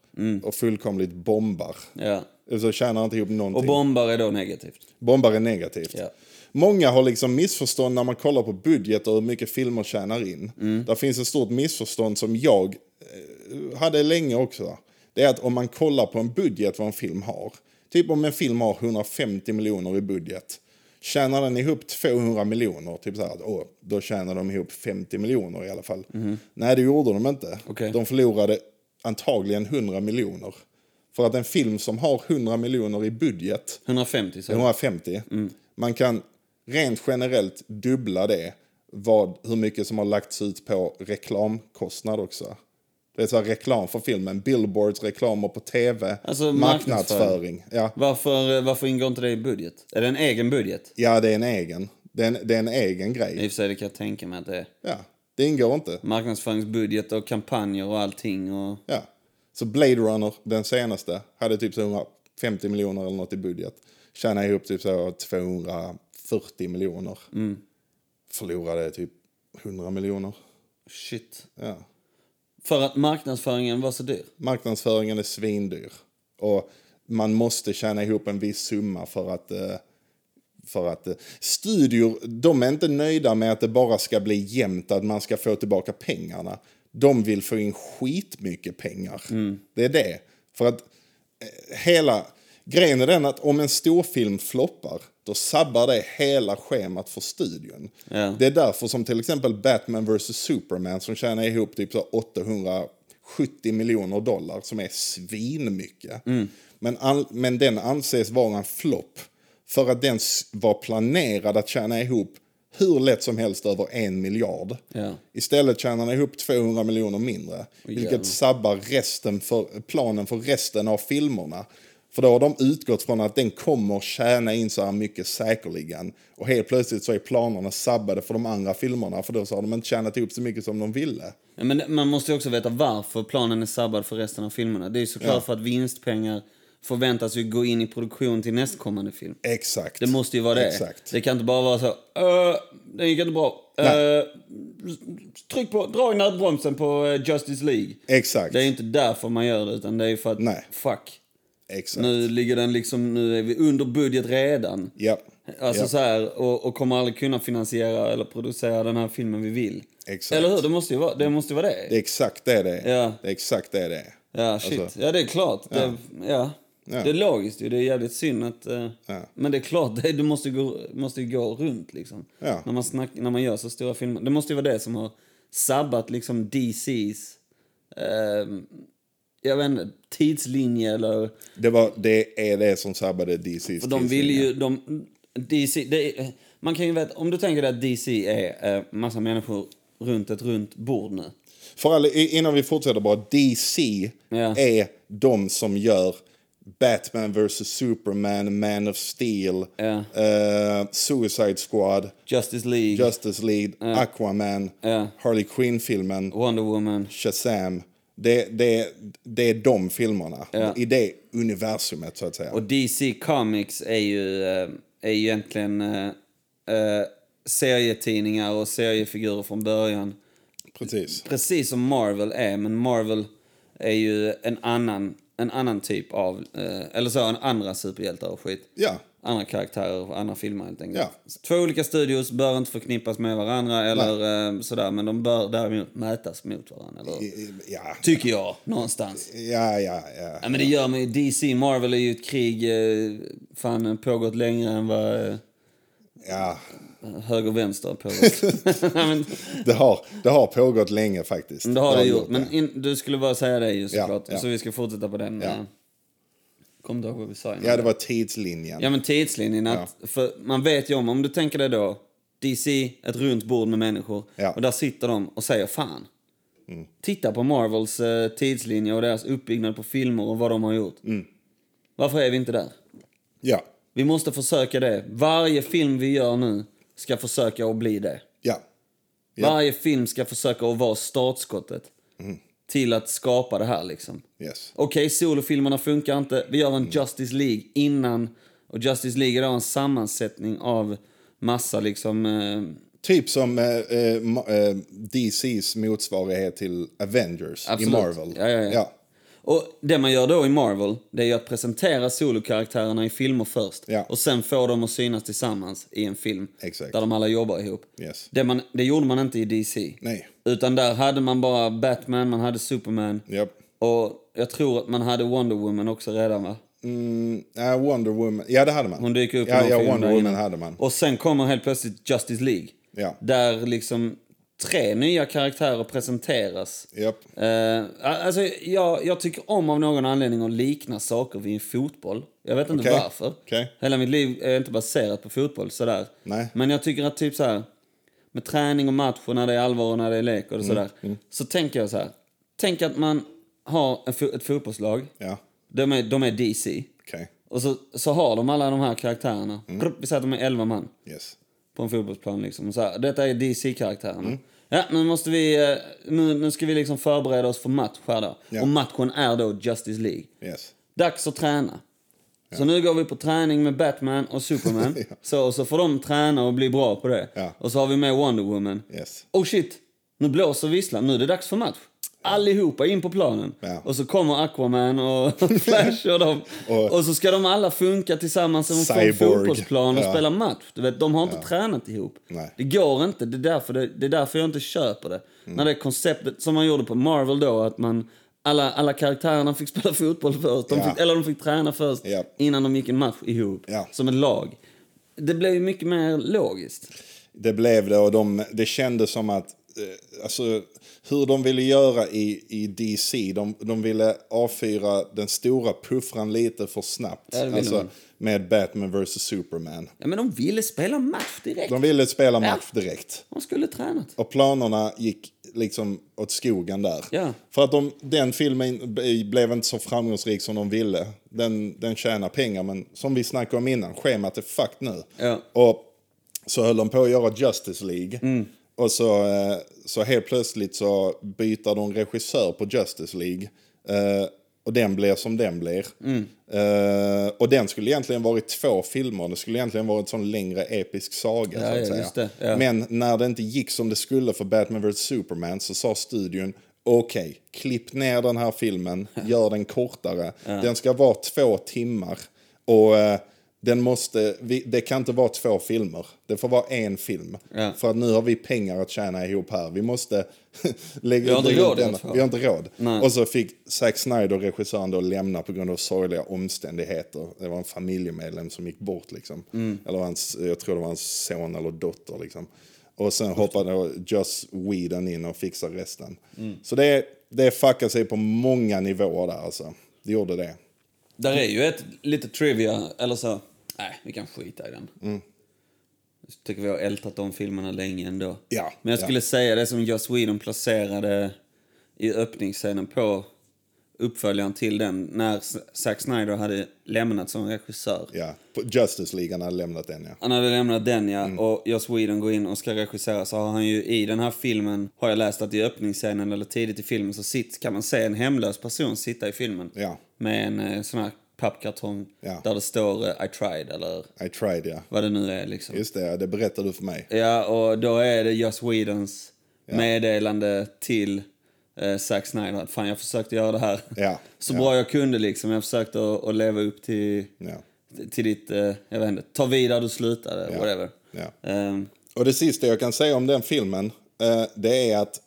Speaker 1: Och fullkomligt bombar.
Speaker 2: ja.
Speaker 1: Typ Så tjänar inte ihop
Speaker 2: Och
Speaker 1: någonting.
Speaker 2: bombar är då negativt.
Speaker 1: Bombar är negativt.
Speaker 2: Ja.
Speaker 1: Många har liksom missförstånd när man kollar på budget och hur mycket filmer tjänar in.
Speaker 2: Mm.
Speaker 1: Där finns ett stort missförstånd som jag eh, hade länge också. Det är att om man kollar på en budget vad en film har. Typ om en film har 150 miljoner i budget. Tjänar den ihop 200 miljoner, typ så här, att, åh, då tjänar de ihop 50 miljoner i alla fall. Nej, det gjorde de inte.
Speaker 2: Mhm. Okej.
Speaker 1: De förlorade antagligen 100 miljoner. För att en film som har 100 miljoner i budget
Speaker 2: 150, så.
Speaker 1: 150. Man kan rent generellt dubbla det. Vad, hur mycket som har lagts ut på reklamkostnad också. Det är så här reklam för filmen, billboards, reklamer på tv,
Speaker 2: Alltså
Speaker 1: marknadsföring. Ja.
Speaker 2: Varför, eh, varför ingår inte det i budget? Är det en egen budget?
Speaker 1: ja, det är en egen. Det är en, det är en egen
Speaker 2: I
Speaker 1: grej.
Speaker 2: och för sig, det kan jag tänka mig att det är.
Speaker 1: Ja. Det ingår inte.
Speaker 2: Marknadsföringsbudget och kampanjer och allting. Och...
Speaker 1: Ja. Så Blade Runner, den senaste, hade typ så 150 miljoner eller något i budget. Tjänade ihop typ så 240 miljoner. Förlorade typ 100 miljoner.
Speaker 2: Shit.
Speaker 1: Ja.
Speaker 2: För att marknadsföringen var så dyr.
Speaker 1: Marknadsföringen är svindyr. Och man måste tjäna ihop en viss summa för att... eh, För att eh, studior, de är inte nöjda med att det bara ska bli jämnt, att man ska få tillbaka pengarna. De vill få in skitmycket pengar. Det är det. För att eh, hela... Grejen är den att om en storfilm floppar, då sabbar det hela schemat för studion.
Speaker 2: Ja.
Speaker 1: Det är därför som till exempel Batman vs. Superman som tjänar ihop typ så 870 miljoner dollar som är svinmycket.
Speaker 2: Mm.
Speaker 1: Men, an- men den anses vara en flopp för att den s- var planerad att tjäna ihop hur lätt som helst över en miljard.
Speaker 2: Ja.
Speaker 1: Istället tjänar den ihop 200 miljoner mindre.
Speaker 2: jävlar.
Speaker 1: Vilket sabbar resten för, planen för resten av filmerna. För då har de utgått från att den kommer tjäna in så här mycket säkerligen. Och helt plötsligt så är planerna sabbade för de andra filmerna. För då så har de inte tjänat ihop så mycket som de ville.
Speaker 2: Ja, Men man måste ju också veta varför planen är sabbad för resten av filmerna. Det är ju såklart för att vinstpengar förväntas ju gå in i produktion till nästkommande film.
Speaker 1: Exakt.
Speaker 2: Det måste ju vara det.
Speaker 1: Exakt.
Speaker 2: Det kan inte bara vara så... Uh, det gick inte bra. Uh, tryck på... Dra i nödbromsen på eh, Justice League.
Speaker 1: Exakt.
Speaker 2: Det är ju inte därför man gör det, utan det är ju för att...
Speaker 1: Nej.
Speaker 2: Fuck.
Speaker 1: Exakt.
Speaker 2: Nu ligger den liksom... Nu är vi under budget redan.
Speaker 1: Ja.
Speaker 2: Alltså
Speaker 1: ja.
Speaker 2: så här, och, och kommer aldrig kunna finansiera eller producera den här filmen vi vill.
Speaker 1: Exakt.
Speaker 2: Eller hur? Det måste ju vara det. Måste ju vara det.
Speaker 1: Det är exakt det det är.
Speaker 2: Ja.
Speaker 1: Det är exakt det det är.
Speaker 2: Ja, shit. Ja, det är klart. Det, ja.
Speaker 1: Ja.
Speaker 2: det är logiskt ju. Det är jävligt synd att... eh,
Speaker 1: Ja.
Speaker 2: Men det är klart, det, det måste ju gå, måste ju gå runt liksom.
Speaker 1: Ja.
Speaker 2: När, man snack, när man gör så stora filmer. Det måste ju vara det som har sabbat liksom DCs... Eh, jag vet inte, tidslinje eller...
Speaker 1: Det, var, det är det som sabbade DC's
Speaker 2: För de vill ju... De, DC, det är, man kan ju veta, om du tänker dig att DC är eh, massa människor runt ett runt bord nu.
Speaker 1: För all, i- innan vi fortsätter bara, DC
Speaker 2: Ja.
Speaker 1: är de som gör Batman vs. Superman, Man of Steel,
Speaker 2: Ja.
Speaker 1: eh, Suicide Squad,
Speaker 2: Justice League,
Speaker 1: Justice League, Aquaman,
Speaker 2: Ja.
Speaker 1: Harley Quinn-filmen,
Speaker 2: Wonder Woman.
Speaker 1: Shazam. Det, det, det är de filmerna,
Speaker 2: Ja.
Speaker 1: i det universumet så att säga.
Speaker 2: Och DC Comics är ju, eh, är ju egentligen eh, eh, serietidningar och seriefigurer från början.
Speaker 1: Precis.
Speaker 2: Precis som Marvel är, men Marvel är ju en annan, en annan typ av... Eh, eller så, en andra superhjältar och skit.
Speaker 1: Ja,
Speaker 2: Andra karaktärer och andra filmer helt enkelt.
Speaker 1: Ja.
Speaker 2: Två olika studios bör inte förknippas med varandra eller eh, sådär, men de bör däremot mätas mot varandra.
Speaker 1: I-
Speaker 2: Eller,
Speaker 1: i- ja,
Speaker 2: tycker jag, någonstans.
Speaker 1: ja, ja. ja.
Speaker 2: Ja, men det gör man ju. DC Marvel är ju ett krig eh, fan pågått längre än vad eh,
Speaker 1: ja.
Speaker 2: höger och vänster har pågått. Nej, men,
Speaker 1: Det, har, det har pågått länge faktiskt.
Speaker 2: det har det
Speaker 1: gjort
Speaker 2: gjort. Men in, du skulle bara säga det ju
Speaker 1: Ja,
Speaker 2: såklart.
Speaker 1: ja.
Speaker 2: Så vi ska fortsätta på den.
Speaker 1: Ja.
Speaker 2: eh, Kom inte ihåg vad vi sa innan.
Speaker 1: Ja, det var tidslinjen.
Speaker 2: ja men tidslinjen. Att, för man vet ju om, om du tänker dig då. DC, ett runt bord med människor.
Speaker 1: Ja. Mm.
Speaker 2: Och där sitter de och säger fan. Titta på Marvels eh, tidslinje och deras uppbyggnad på filmer och vad de har gjort.
Speaker 1: Mm.
Speaker 2: Varför är vi inte där?
Speaker 1: Ja,
Speaker 2: Vi måste försöka det. Varje film vi gör nu ska försöka att bli det.
Speaker 1: ja, Mm.
Speaker 2: Varje film ska försöka att vara startskottet till att skapa det här. liksom.
Speaker 1: yes.
Speaker 2: Okej, solofilmerna funkar inte. Vi
Speaker 1: Mm.
Speaker 2: gör en Justice League innan. Och Justice League är då en sammansättning av massa liksom... Eh,
Speaker 1: Typ som eh, eh, Ma- eh, DCs motsvarighet till Avengers
Speaker 2: Absolut.
Speaker 1: i Marvel.
Speaker 2: Ja, ja, ja. och det man gör då i Marvel, det är ju att presentera solokaraktärerna i filmer först.
Speaker 1: Ja.
Speaker 2: Och sen få dem att synas tillsammans i en film.
Speaker 1: Exakt.
Speaker 2: Där de alla jobbar ihop.
Speaker 1: Yes.
Speaker 2: Det, man, det gjorde man inte i DC.
Speaker 1: Nej,
Speaker 2: Utan där hade man bara Batman, man hade Superman.
Speaker 1: ja.
Speaker 2: Och jag tror att man hade Wonder Woman också redan va?
Speaker 1: Mm, ja, Wonder Woman. Ja, det hade man.
Speaker 2: Hon dyker upp i
Speaker 1: ja,
Speaker 2: någon
Speaker 1: ja,
Speaker 2: film
Speaker 1: Wonder
Speaker 2: där
Speaker 1: Woman
Speaker 2: innan.
Speaker 1: hade man.
Speaker 2: Och sen kommer helt plötsligt Justice League.
Speaker 1: Ja.
Speaker 2: Där liksom tre nya karaktärer presenteras.
Speaker 1: Japp.
Speaker 2: Eh, alltså, jag, jag tycker om av någon anledning att likna saker vid en fotboll. Jag vet inte
Speaker 1: Okej.
Speaker 2: varför.
Speaker 1: Okej.
Speaker 2: Hela mitt liv är inte baserat på fotboll. Sådär.
Speaker 1: Nej.
Speaker 2: Men jag tycker att typ så här, med träning och match och när det är allvar och när det är lek
Speaker 1: Mm,
Speaker 2: och sådär. Så tänker jag så här. Tänk att man har en fo- ett fotbollslag.
Speaker 1: Ja,
Speaker 2: De är, de är DC.
Speaker 1: okej.
Speaker 2: Och så, så har de alla de här
Speaker 1: Mm.
Speaker 2: karaktärerna. Vi säger att de är 11 man
Speaker 1: Yes. Mm.
Speaker 2: på en fotbollsplan. Liksom. Och Så här, detta är DC-karaktärerna. Ja, nu måste vi... eh, Nu, nu ska vi liksom förbereda oss för match här då.
Speaker 1: Ja.
Speaker 2: Och matchen är då Justice League.
Speaker 1: Yes.
Speaker 2: Dags att träna. Så nu går vi på träning med Batman och Superman.
Speaker 1: Ja.
Speaker 2: så, och så får de träna och bli bra på det.
Speaker 1: Ja.
Speaker 2: Och så har vi med Wonder Woman.
Speaker 1: Yes.
Speaker 2: Oh shit, nu blåser visslan, nu är det dags för match. Allihopa in på planen.
Speaker 1: Ja.
Speaker 2: Och så kommer Aquaman och Flash och dem.
Speaker 1: Och-
Speaker 2: och, så ska de alla funka tillsammans som på en
Speaker 1: Cyborg.
Speaker 2: fotbollsplan och
Speaker 1: Ja.
Speaker 2: spela match. Du vet, de har inte tränat ihop.
Speaker 1: Nej.
Speaker 2: Det går inte. Det är därför, det, det är därför jag inte köper det.
Speaker 1: Mm.
Speaker 2: När det konceptet som man gjorde på Marvel då, att man alla, alla karaktärerna fick spela fotboll först. De
Speaker 1: Ja.
Speaker 2: fick, eller de fick träna först
Speaker 1: Ja.
Speaker 2: innan de gick en match ihop.
Speaker 1: Ja.
Speaker 2: Som ett lag. Det blev ju mycket mer logiskt.
Speaker 1: Det blev det och de, det kändes som att eh, alltså, hur de ville göra i, i DC, de, de ville avfyra den stora puffran lite för snabbt.
Speaker 2: Ja, det ville
Speaker 1: alltså,
Speaker 2: de.
Speaker 1: med Batman vs Superman.
Speaker 2: Ja, men de ville spela match direkt.
Speaker 1: De ville spela match direkt.
Speaker 2: De skulle tränat.
Speaker 1: Och planerna gick liksom åt skogen där.
Speaker 2: Ja.
Speaker 1: För att de, den filmen b- blev inte så framgångsrik som de ville. Den, den tjänar pengar, men som vi snackade om innan, schemat är fucked nu.
Speaker 2: Ja.
Speaker 1: Och så höll de på att göra Justice League.
Speaker 2: Mm.
Speaker 1: Och så, eh, så helt plötsligt så byter de regissör på Justice League. Eh, och den blir som den blir.
Speaker 2: Mm.
Speaker 1: Eh, och den skulle egentligen varit två filmer. Det skulle egentligen varit en sån längre episk saga. så att
Speaker 2: ja,
Speaker 1: säga.
Speaker 2: just det. Ja.
Speaker 1: Men när det inte gick som det skulle för Batman vs Superman så sa studion okej, klipp ner den här filmen, gör den kortare. Den ska vara två timmar och eh, den måste, vi, det kan inte vara två filmer. Det får vara en film.
Speaker 2: Ja.
Speaker 1: För att nu har vi pengar att tjäna ihop här. Vi måste lägga
Speaker 2: Vi har
Speaker 1: ut
Speaker 2: inte
Speaker 1: den-
Speaker 2: råd med
Speaker 1: den-
Speaker 2: två.
Speaker 1: Vi har inte råd.
Speaker 2: Nej.
Speaker 1: Och så fick Zack Snyder, regissören, då lämna på grund av sorgliga omständigheter. Det var en familjemedlem som gick bort. Liksom. Eller hans, jag tror det var hans son eller dotter. Liksom. Och sen hoppade då Joss Whedon in och fixade resten. Så det, det fuckade sig på många nivåer där alltså. Det gjorde det.
Speaker 2: Där är ju ett lite trivia, eller så... Nej, vi kan skita i den.
Speaker 1: Mm.
Speaker 2: Jag tycker vi har ältat de filmerna länge ändå.
Speaker 1: Ja,
Speaker 2: Men jag
Speaker 1: ja.
Speaker 2: skulle säga det som Joss Whedon placerade i öppningsscenen på uppföljaren till den, när S- Zack Snyder hade lämnat som regissör.
Speaker 1: Ja. På Justice League han hade lämnat den ja.
Speaker 2: Han hade lämnat den ja,
Speaker 1: Mm.
Speaker 2: och Joss Whedon går in och ska regissera så har han ju i den här filmen, har jag läst att i öppningsscenen eller tidigt i filmen så sitt, kan man se en hemlös person sitta i filmen.
Speaker 1: Ja.
Speaker 2: Med en eh, sån här pappkartong
Speaker 1: Ja.
Speaker 2: där det står eh, I tried eller
Speaker 1: I tried ja.
Speaker 2: vad det nu är liksom.
Speaker 1: Just det, ja. det berättade du för mig.
Speaker 2: Ja, och då är det Joss Whedons meddelande till eh, Zack Snyder att fan jag försökte göra det här
Speaker 1: Ja.
Speaker 2: så
Speaker 1: ja.
Speaker 2: bra jag kunde liksom. Jag försökte att, att leva upp till
Speaker 1: Ja.
Speaker 2: till ditt, eh, jag vet inte, ta vid där du slutade,
Speaker 1: Ja.
Speaker 2: whatever.
Speaker 1: Ja.
Speaker 2: Ehm,
Speaker 1: Och det sista jag kan säga om den filmen, eh, det är att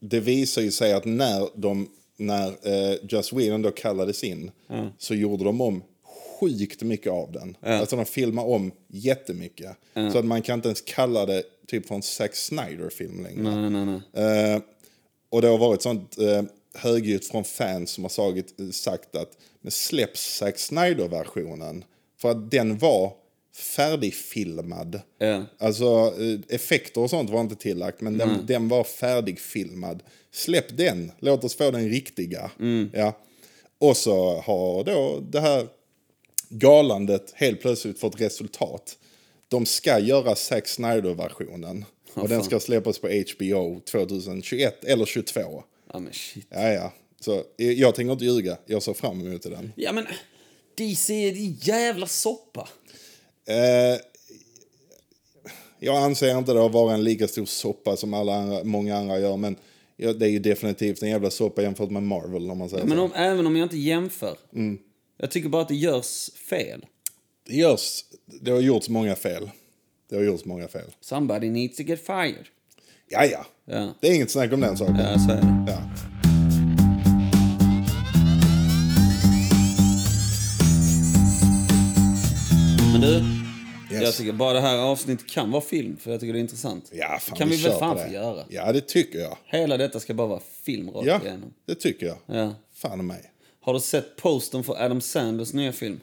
Speaker 1: det visar ju sig att när, de, när eh, Just Whedon då kallades in så gjorde de om sjukt mycket av den. Alltså de filmar om jättemycket. Så att man kan inte ens kalla det typ för en Zack Snyder-film längre.
Speaker 2: nej, nej, nej.
Speaker 1: Eh, och det har varit sånt eh, högljutt från fans som har sagt, sagt att men släpp Zack Snyder-versionen. För att den var färdigfilmad.
Speaker 2: Ja.
Speaker 1: Alltså eh, effekter och sånt var inte tillagt men den, den var färdigfilmad. Släpp den, låt oss få den riktiga. Ja. Och så har då det här galandet helt plötsligt fått resultat. De ska göra Zack Snyder-versionen. och den ska släppas på HBO 2021 eller 2022.
Speaker 2: Ja, men shit.
Speaker 1: Ja, ja. Så eh, jag tänker inte ljuga, jag ser fram emot den.
Speaker 2: Ja, men DC är en jävla soppa.
Speaker 1: Eh, jag anser inte det vara en lika stor soppa som alla andra, många andra gör, men ja, det är ju definitivt en jävla soppa jämfört med Marvel om man säger
Speaker 2: Men
Speaker 1: så.
Speaker 2: om, även om jag inte jämför.
Speaker 1: Mm.
Speaker 2: Jag tycker bara att det görs fel.
Speaker 1: Det görs, det har gjorts många fel. Det har gjorts många fel.
Speaker 2: Somebody needs to get fired.
Speaker 1: Ja, ja.
Speaker 2: Ja,
Speaker 1: Det är inget snack om den saken.
Speaker 2: ja så är det.
Speaker 1: Ja.
Speaker 2: Men du,
Speaker 1: Yes.
Speaker 2: jag tycker bara det här avsnittet kan vara film, för jag tycker det är intressant.
Speaker 1: Ja, fan,
Speaker 2: kan vi,
Speaker 1: kör
Speaker 2: väl
Speaker 1: på
Speaker 2: fan
Speaker 1: det.
Speaker 2: få göra.
Speaker 1: Ja, det tycker jag.
Speaker 2: Hela detta ska bara vara film rakt
Speaker 1: Ja,
Speaker 2: igenom.
Speaker 1: det tycker jag.
Speaker 2: Ja.
Speaker 1: Fan i mig.
Speaker 2: Har du sett posten för Adam Sanders nya film?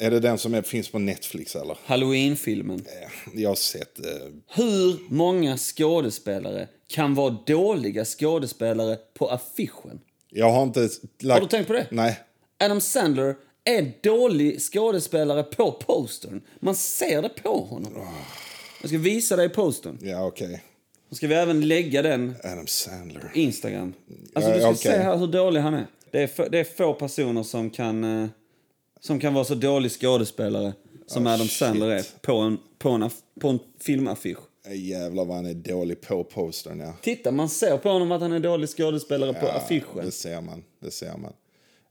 Speaker 1: Är det den som är, finns på Netflix eller?
Speaker 2: Halloween-filmen.
Speaker 1: Eh, Jag har sett... Eh,
Speaker 2: Hur många skådespelare kan vara dåliga skådespelare på affischen?
Speaker 1: jag har inte... Lagt...
Speaker 2: Har du tänkt på det?
Speaker 1: Nej.
Speaker 2: Adam Sandler är dålig skådespelare på postern. Man ser det på honom. Jag ska visa dig postern.
Speaker 1: Ja, okej.
Speaker 2: Då ska vi även lägga den
Speaker 1: Adam Sandler.
Speaker 2: Instagram. Alltså du ska
Speaker 1: Ja, okej.
Speaker 2: se här hur dålig han är. Det är, få- det är få personer som kan, eh, som kan vara så dålig skådespelare som
Speaker 1: Ah,
Speaker 2: Adam Sandler är på en, på, en, aff- på en filmaffisch.
Speaker 1: Jävlar vad han är dålig på postern, ja.
Speaker 2: Titta, man ser på honom att han är dålig skådespelare på
Speaker 1: Det
Speaker 2: affischen.
Speaker 1: ser man. Det ser man.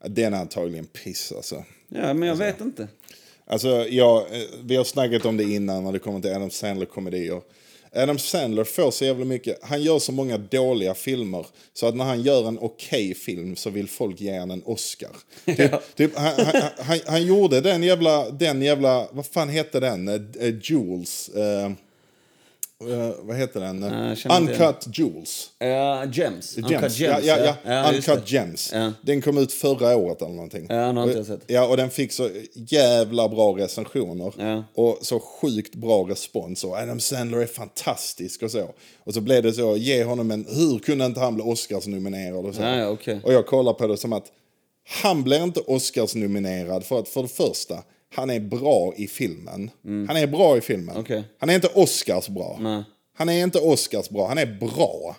Speaker 1: Den är antagligen piss, alltså.
Speaker 2: Ja, men jag vet inte.
Speaker 1: Alltså, ja, eh, vi har snackat om det innan när det kommer till Adam Sandler-komedier. Adam Sandler får så jävla mycket. Han gör så många dåliga filmer så att när han gör en okej film så vill folk ge han en Oscar. Typ, typ, han, han, han, han gjorde den jävla, den jävla, vad fan hette den? Eh, eh, Jules. Eh, eh, vad heter den?
Speaker 2: jag känner inte igen.
Speaker 1: Uncut Jules.
Speaker 2: Ja, gems. Uncut
Speaker 1: Gems.
Speaker 2: Gems.
Speaker 1: ja, ja, ja.
Speaker 2: just
Speaker 1: Uncut
Speaker 2: det.
Speaker 1: Gems.
Speaker 2: Ja.
Speaker 1: Den kom ut förra året eller någonting.
Speaker 2: Ja, den har inte jag
Speaker 1: Och-
Speaker 2: sett.
Speaker 1: Ja, och den fick så jävla bra recensioner.
Speaker 2: Ja.
Speaker 1: Och så sjukt bra respons. Och Adam Sandler är fantastisk och så. Och så blev det så, ge honom en, hur kunde inte han bli Oscars-nominerad och så.
Speaker 2: Ja, ja, okej.
Speaker 1: Och jag kollar på det som att, han blir inte Oscars-nominerad för att för det första, han är bra i filmen. Han är bra i filmen.
Speaker 2: Mm. Okej.
Speaker 1: Han är inte Oscars bra. Han är inte Oscars bra, han är bra.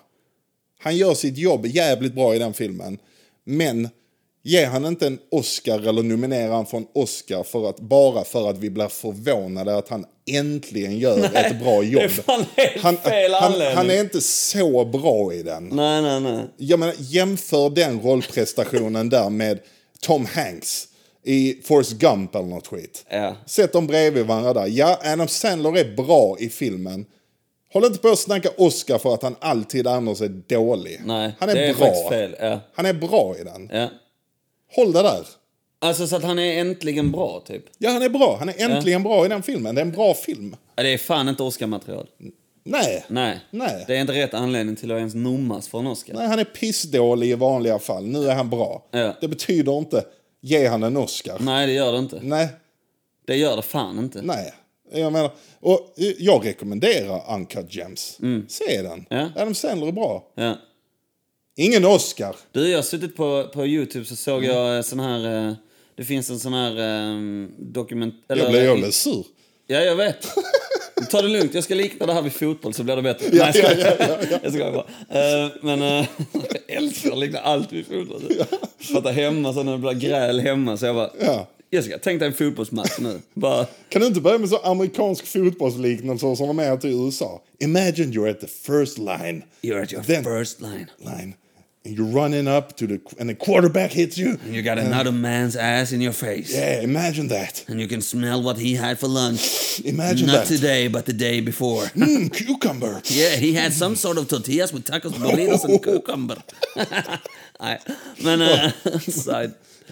Speaker 1: Han gör sitt jobb jävligt bra i den filmen. Men ger han inte en Oscar eller nominerar han för en Oscar för att, bara för att vi blir förvånade att han äntligen gör ett bra jobb.
Speaker 2: Det är fan helt
Speaker 1: han,
Speaker 2: fel
Speaker 1: han,
Speaker 2: anledning.
Speaker 1: han är inte så bra i den.
Speaker 2: Nej, nej, nej.
Speaker 1: Jag menar, jämför den rollprestationen där med Tom Hanks i Forrest Gump eller något skit.
Speaker 2: Ja.
Speaker 1: Sätt dem bredvid varandra där. Ja, Adam Sandler är bra i filmen. Håll inte på att snacka Oscar för att han alltid annars är dålig.
Speaker 2: Nej,
Speaker 1: han är,
Speaker 2: det är faktiskt
Speaker 1: bra.
Speaker 2: fel. Ja.
Speaker 1: Han är bra i den.
Speaker 2: Ja.
Speaker 1: Håll det där.
Speaker 2: Alltså så att han är äntligen bra, typ.
Speaker 1: Ja, han är bra. Han är äntligen bra i den filmen. Det är en bra film.
Speaker 2: Ja, det är fan inte Oscar-material.
Speaker 1: Nej.
Speaker 2: Nej.
Speaker 1: Nej.
Speaker 2: Det är inte rätt anledning till att ens nommas för en Oscar.
Speaker 1: Nej, han är pissdålig i vanliga fall. Nu är han bra.
Speaker 2: Ja.
Speaker 1: Det betyder inte ge han en Oscar.
Speaker 2: Nej, det gör det inte.
Speaker 1: Nej.
Speaker 2: Det gör det fan inte.
Speaker 1: Nej. Jag menar, och eh, jag rekommenderar Uncut Gems. Se den.
Speaker 2: Mm. Ja.
Speaker 1: Adam Sandler är bra.
Speaker 2: Ja.
Speaker 1: Ingen Oscar.
Speaker 2: Du, jag har suttit på, på Youtube så såg jag eh, sån här... eh, Det finns en sån här eh, dokument...
Speaker 1: Jag blev, jag blev sur.
Speaker 2: Ja, jag vet. Ta det lugnt, jag ska likna det här vid fotboll så blir det bättre.
Speaker 1: Ja,
Speaker 2: Nej, jag
Speaker 1: ja,
Speaker 2: skojar. Jag skojar bara. Eh, men eh, jag älskar att likna allt vid fotboll. För att hemma, så när det blir gräl hemma så jag bara...
Speaker 1: Ja.
Speaker 2: Jessica, tänk dig en fotbollsmatch nu. Bara,
Speaker 1: Kan du inte börja med så amerikansk fotbollsliknelse som de är till USA? Imagine you're at the first line.
Speaker 2: You're at your
Speaker 1: Then-
Speaker 2: first line.
Speaker 1: line. And you're running up to the... And the quarterback hits you.
Speaker 2: You got another man's ass in your face.
Speaker 1: Yeah, imagine that.
Speaker 2: And you can smell what he had for lunch.
Speaker 1: Imagine
Speaker 2: Not
Speaker 1: that.
Speaker 2: today, but the day before.
Speaker 1: Mm, cucumber.
Speaker 2: Yeah, he had some sort of tortillas with tacos, burritos and cucumber. Nej, men... eh, side.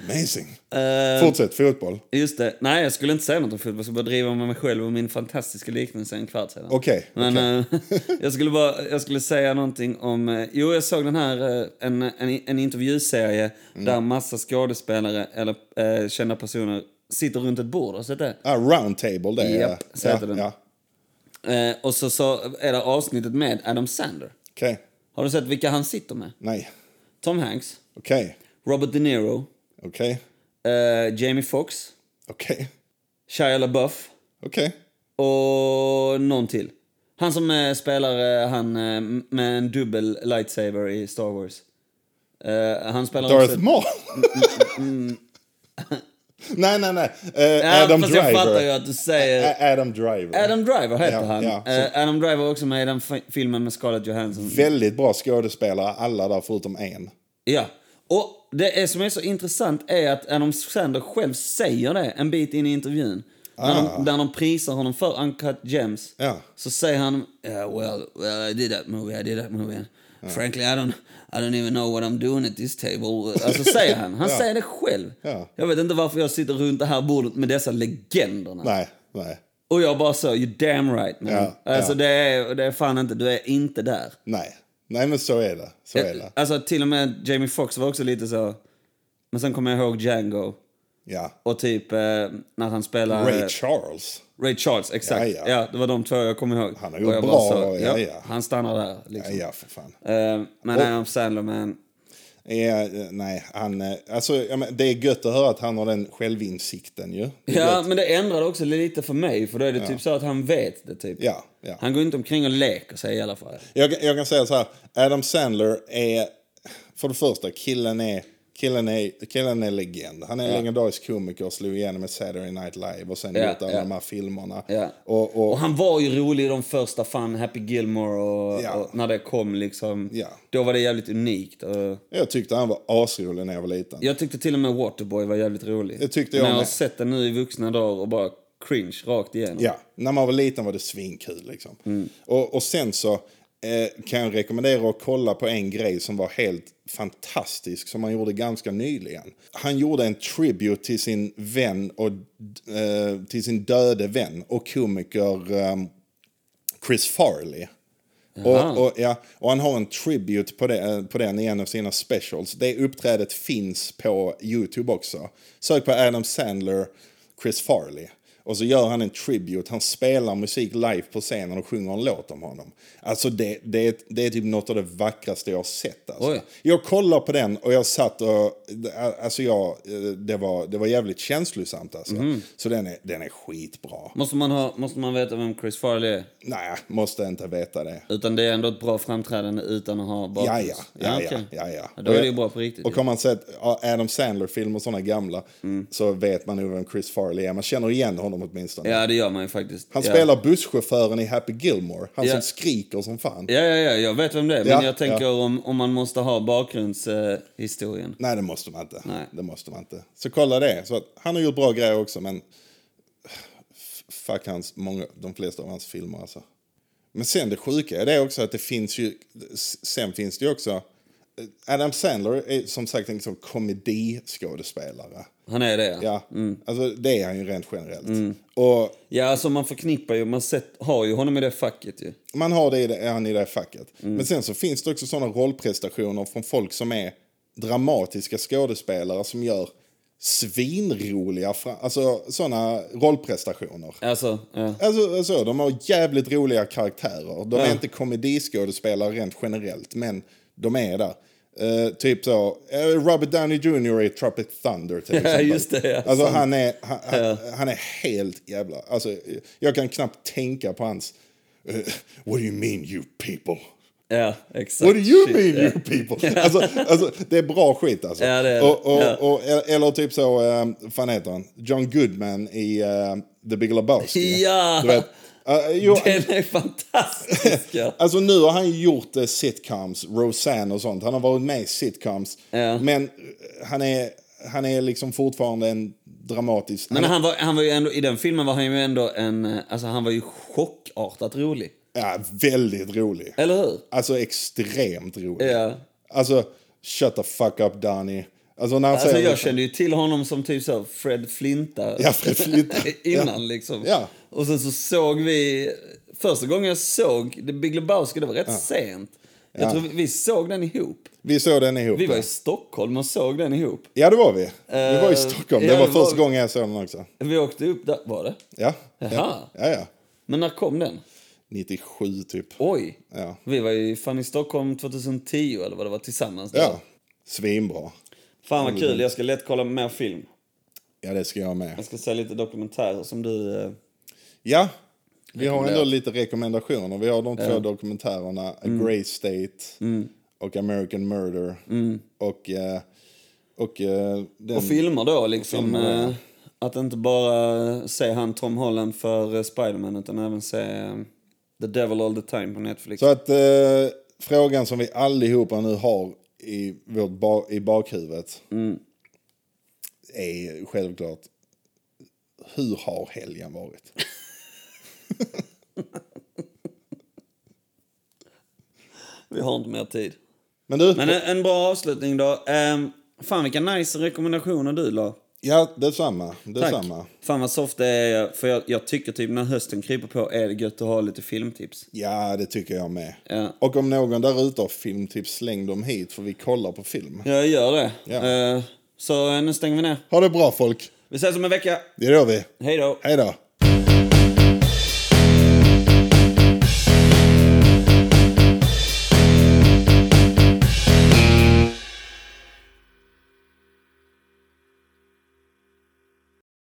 Speaker 1: Amazing.
Speaker 2: Uh,
Speaker 1: Fortsätt, fotboll.
Speaker 2: Just det. Nej, jag skulle inte säga något om fotboll. Jag skulle bara driva med mig själv och min fantastiska liknelse en kvart sedan.
Speaker 1: Okej,
Speaker 2: Men eh, jag, skulle bara, jag skulle säga någonting om... eh, jo, jag såg den här, eh, en, en, en intervjuserie
Speaker 1: Mm.
Speaker 2: där massa skådespelare eller eh, kända personer sitter runt ett bord. Har du sett det?
Speaker 1: Ah, round table, det är...
Speaker 2: Japp, så
Speaker 1: ja,
Speaker 2: heter den.
Speaker 1: ja.
Speaker 2: Eh, och så, så är det avsnittet med Adam Sandler.
Speaker 1: Okej.
Speaker 2: Har du sett vilka han sitter med?
Speaker 1: Nej.
Speaker 2: Tom Hanks,
Speaker 1: Okej.
Speaker 2: Robert De Niro,
Speaker 1: Okej.
Speaker 2: eh, Jamie Foxx,
Speaker 1: Okej.
Speaker 2: Shia LaBeouf.
Speaker 1: Okej.
Speaker 2: Och någon till. Han som eh, spelar eh, han eh, med en dubbel lightsaber i Star Wars. Eh, han spelar
Speaker 1: Darth
Speaker 2: också...
Speaker 1: Maul?
Speaker 2: Mm,
Speaker 1: nej, nej, nej. Eh,
Speaker 2: Ja,
Speaker 1: Adam
Speaker 2: fast
Speaker 1: Driver.
Speaker 2: jag fattar ju att du säger...
Speaker 1: Ä- Adam Driver.
Speaker 2: Adam Driver heter
Speaker 1: Ja,
Speaker 2: han.
Speaker 1: ja, så-
Speaker 2: Eh, Adam Driver var också med i den fi- filmen med Scarlett Johansson.
Speaker 1: Väldigt bra skådespelare, alla där förutom en.
Speaker 2: Ja. Och det är, som är så intressant är att Adam Sandler själv säger det en bit in i intervjun. När, de, när de prisar honom för Uncut Gems
Speaker 1: Ah. Ja.
Speaker 2: så säger han "Yeah, well, well, I did that movie, I did that movie. Frankly, I don't, I don't even know what I'm doing at this table. Alltså säger han. Han säger det själv.
Speaker 1: Ja.
Speaker 2: Jag vet inte varför jag sitter runt det här bordet med dessa legenderna.
Speaker 1: Nej, nej,
Speaker 2: Och jag bara så, you damn right man.
Speaker 1: Ja,
Speaker 2: Alltså
Speaker 1: ja.
Speaker 2: det är, det är fan inte, du är inte där.
Speaker 1: nej. Nej, men så är det. Så är det.
Speaker 2: Alltså till och med Jamie Foxx var också lite så... Men sen kommer jag ihåg Django
Speaker 1: Ja.
Speaker 2: och typ eh, när han spelar...
Speaker 1: Ray
Speaker 2: eh,
Speaker 1: Charles.
Speaker 2: Ray Charles, exakt. Ja,
Speaker 1: Ja, ja.
Speaker 2: det var de två jag kommer ihåg.
Speaker 1: Han har gjort
Speaker 2: Och jag
Speaker 1: bra,
Speaker 2: bara så,
Speaker 1: ja, ja.
Speaker 2: Han stannar där
Speaker 1: Ja,
Speaker 2: liksom.
Speaker 1: ja, för fan.
Speaker 2: Eh, men Adam Sandler, man.
Speaker 1: Eh, nej, han, eh, alltså, ja, men det är gött att höra att han har den självinsikten ju. Det är
Speaker 2: Ja,
Speaker 1: gött.
Speaker 2: men det ändrade också lite för mig, för då är det typ så att han vet det. typ.
Speaker 1: Ja, ja.
Speaker 2: Han går inte omkring och leker sig i alla fall.
Speaker 1: Jag, jag kan säga så här, Adam Sandler är, för det första, killen är, killen är, killen är legend. Han är en legendarisk komiker och slog igenom med Saturday Night Live och sen
Speaker 2: Ja,
Speaker 1: gjort alla
Speaker 2: ja.
Speaker 1: de här filmerna.
Speaker 2: Ja.
Speaker 1: Och, och,
Speaker 2: Och han var ju rolig i de första, fan, Happy Gilmore och,
Speaker 1: Ja.
Speaker 2: och när det kom liksom.
Speaker 1: Ja.
Speaker 2: Då var det jävligt unikt. Och
Speaker 1: jag tyckte han var asrolig när jag var liten.
Speaker 2: jag tyckte till och med Waterboy var jävligt rolig.
Speaker 1: Det tyckte jag
Speaker 2: Men jag har
Speaker 1: med.
Speaker 2: sett den nu i vuxna dagar och bara cringe rakt igenom.
Speaker 1: Ja, när man var liten var det svinkul. Liksom. Och, och sen så eh, kan jag rekommendera att kolla på en grej som var helt fantastisk som han gjorde ganska nyligen. Han gjorde en tribute till sin vän och eh, till sin döde vän och komiker ehm, Chris Farley. Och, och, ja, och han har en tribute på, det, eh, på den i en av sina specials. Det uppträdet finns på YouTube också. Sök på Adam Sandler, Chris Farley. Och så gör han en tribute. Han spelar musik live på scenen och sjunger en låt om honom. Alltså det, det, är- det är typ något av det vackraste jag har sett. Alltså.
Speaker 2: Oj.
Speaker 1: Jag kollade på den och jag satt och... Alltså jag, eh, det, var, det var jävligt känslosamt alltså.
Speaker 2: Mhm.
Speaker 1: Så den är, den är skitbra.
Speaker 2: Måste, man ha, måste man veta vem Chris Farley är?
Speaker 1: Nej, måste inte veta det.
Speaker 2: Utan det är ändå ett bra framträdande utan att ha
Speaker 1: Ja,
Speaker 2: bakgrund.
Speaker 1: ja. ja, ja,
Speaker 2: okej.
Speaker 1: ja, ja.
Speaker 2: Då är det ju bra på riktigt.
Speaker 1: Och har man sett ja, Adam Sandler-filmer, sådana gamla,
Speaker 2: Mm.
Speaker 1: så vet man nog vem Chris Farley är. Man känner igen honom åtminstone.
Speaker 2: ja, det gör man ju faktiskt.
Speaker 1: Han
Speaker 2: ja.
Speaker 1: spelar busschauffören i Happy Gilmore. Han
Speaker 2: Ja.
Speaker 1: som skriker som fan.
Speaker 2: Ja, ja, ja, jag vet vem det är. Men
Speaker 1: Ja,
Speaker 2: jag tänker om, om man måste ha bakgrundshistorien. Eh, historien.
Speaker 1: Nej, det måste man inte.
Speaker 2: Nej.
Speaker 1: Det måste man inte. Så kolla det. Så att, han har gjort bra grejer också, men f- fuck hans, många, de flesta av hans filmer alltså. Men sen det sjuka är det också att det finns ju, s- sen finns det ju också, eh, Adam Sandler är som sagt en liksom komediskådespelare.
Speaker 2: han är det,
Speaker 1: Ja, alltså det är han ju rent generellt. Och
Speaker 2: Ja, alltså man förknippar ju, man sett, har ju honom i det facket ju.
Speaker 1: man har det, i det är han i det facket. Men sen så finns det också sådana rollprestationer från folk som är dramatiska skådespelare som gör svinroliga, fra- alltså sådana rollprestationer.
Speaker 2: Alltså, ja.
Speaker 1: Alltså, alltså, de har jävligt roliga karaktärer. De är inte komediskådespelare rent generellt, men de är där. Eh, typ så, eh, Robert Downey Jr i Tropic Thunder till exempel.
Speaker 2: just det, ja.
Speaker 1: Alltså han är, han, han- han är helt jävla... Alltså, jag kan knappt tänka på hans... eh, what do you mean you people?
Speaker 2: ja exakt.
Speaker 1: What do you
Speaker 2: Shit,
Speaker 1: mean
Speaker 2: ja.
Speaker 1: you people? Alltså, alltså, det är bra skit alltså.
Speaker 2: Ja, det är det.
Speaker 1: Och, och,
Speaker 2: Ja.
Speaker 1: och, eller typ så, eh, fan heter han? John Goodman i eh, The Big Lebowski.
Speaker 2: Ja!
Speaker 1: Du vet, eh, jo,
Speaker 2: Den är fantastisk! Ja.
Speaker 1: Alltså nu har han ju gjort eh, sitcoms, Roseanne och sånt. Han har varit med i sitcoms.
Speaker 2: Ja.
Speaker 1: Men eh, han är, han är liksom fortfarande en dramatisk...
Speaker 2: Men han var, han var ju ändå, i den filmen var han ju ändå en, eh, alltså han var ju chockartat rolig.
Speaker 1: ja, väldigt rolig.
Speaker 2: Eller hur?
Speaker 1: Alltså extremt rolig.
Speaker 2: Ja.
Speaker 1: Alltså, shut the fuck up Danny. Alltså när han
Speaker 2: Alltså
Speaker 1: säger...
Speaker 2: jag kände ju till honom som typ så Fred Flinta.
Speaker 1: Ja, Fred Flinta.
Speaker 2: Innan
Speaker 1: Ja.
Speaker 2: liksom.
Speaker 1: Ja.
Speaker 2: Och sen så såg vi, första gången jag såg The Big Lebowski, det var rätt sent. Jag tror vi, vi såg den ihop.
Speaker 1: Vi såg den ihop.
Speaker 2: Vi var i Stockholm och såg den ihop.
Speaker 1: Ja, det var vi. vi var i Stockholm.
Speaker 2: Eh, ja,
Speaker 1: det var
Speaker 2: det var
Speaker 1: första
Speaker 2: vi.
Speaker 1: gången jag såg den också.
Speaker 2: Vi åkte upp där, var det?
Speaker 1: Ja.
Speaker 2: Jaha.
Speaker 1: Ja, ja.
Speaker 2: Men när kom den?
Speaker 1: 97 typ.
Speaker 2: Oj!
Speaker 1: Ja.
Speaker 2: Vi var ju fan i Stockholm 2010 eller vad det var tillsammans. där.
Speaker 1: Ja. Mm. Svinbra.
Speaker 2: Fan vad kul, jag ska lätt kolla mer film.
Speaker 1: Ja, det ska jag med.
Speaker 2: Jag ska se lite dokumentärer som du... eh,
Speaker 1: Ja, vi har ändå lite rekommendationer. Vi har de två dokumentärerna, A
Speaker 2: Mm.
Speaker 1: Grey State och American Murder.
Speaker 2: Mm.
Speaker 1: Och, eh, och, eh, den,
Speaker 2: Och filmer då liksom. eh, att inte bara eh, se han Tom Holland för eh, Spiderman utan även se eh, The Devil All The Time på Netflix.
Speaker 1: Så att eh, frågan som vi allihopa nu har i, vårt ba, i bakhuvudet
Speaker 2: Mm.
Speaker 1: är självklart, hur har helgen varit?
Speaker 2: Vi har inte mer tid.
Speaker 1: Men du,
Speaker 2: Men eh, en, en bra avslutning då. Um, fan vilka nice rekommendationer du la.
Speaker 1: ja detsamma, detsamma.
Speaker 2: Fan vad soft det är. För jag, jag tycker typ när hösten kryper på är det gött att ha lite filmtips.
Speaker 1: Ja, det tycker jag med.
Speaker 2: Ja.
Speaker 1: Och om någon där ute har filmtips, släng dem hit för vi kollar på film.
Speaker 2: Jag gör det.
Speaker 1: Ja.
Speaker 2: Eh, så eh, nu stänger vi ner.
Speaker 1: Ha det bra folk!
Speaker 2: Vi ses om en vecka.
Speaker 1: Det gör vi.
Speaker 2: Hej då.
Speaker 1: Hej då!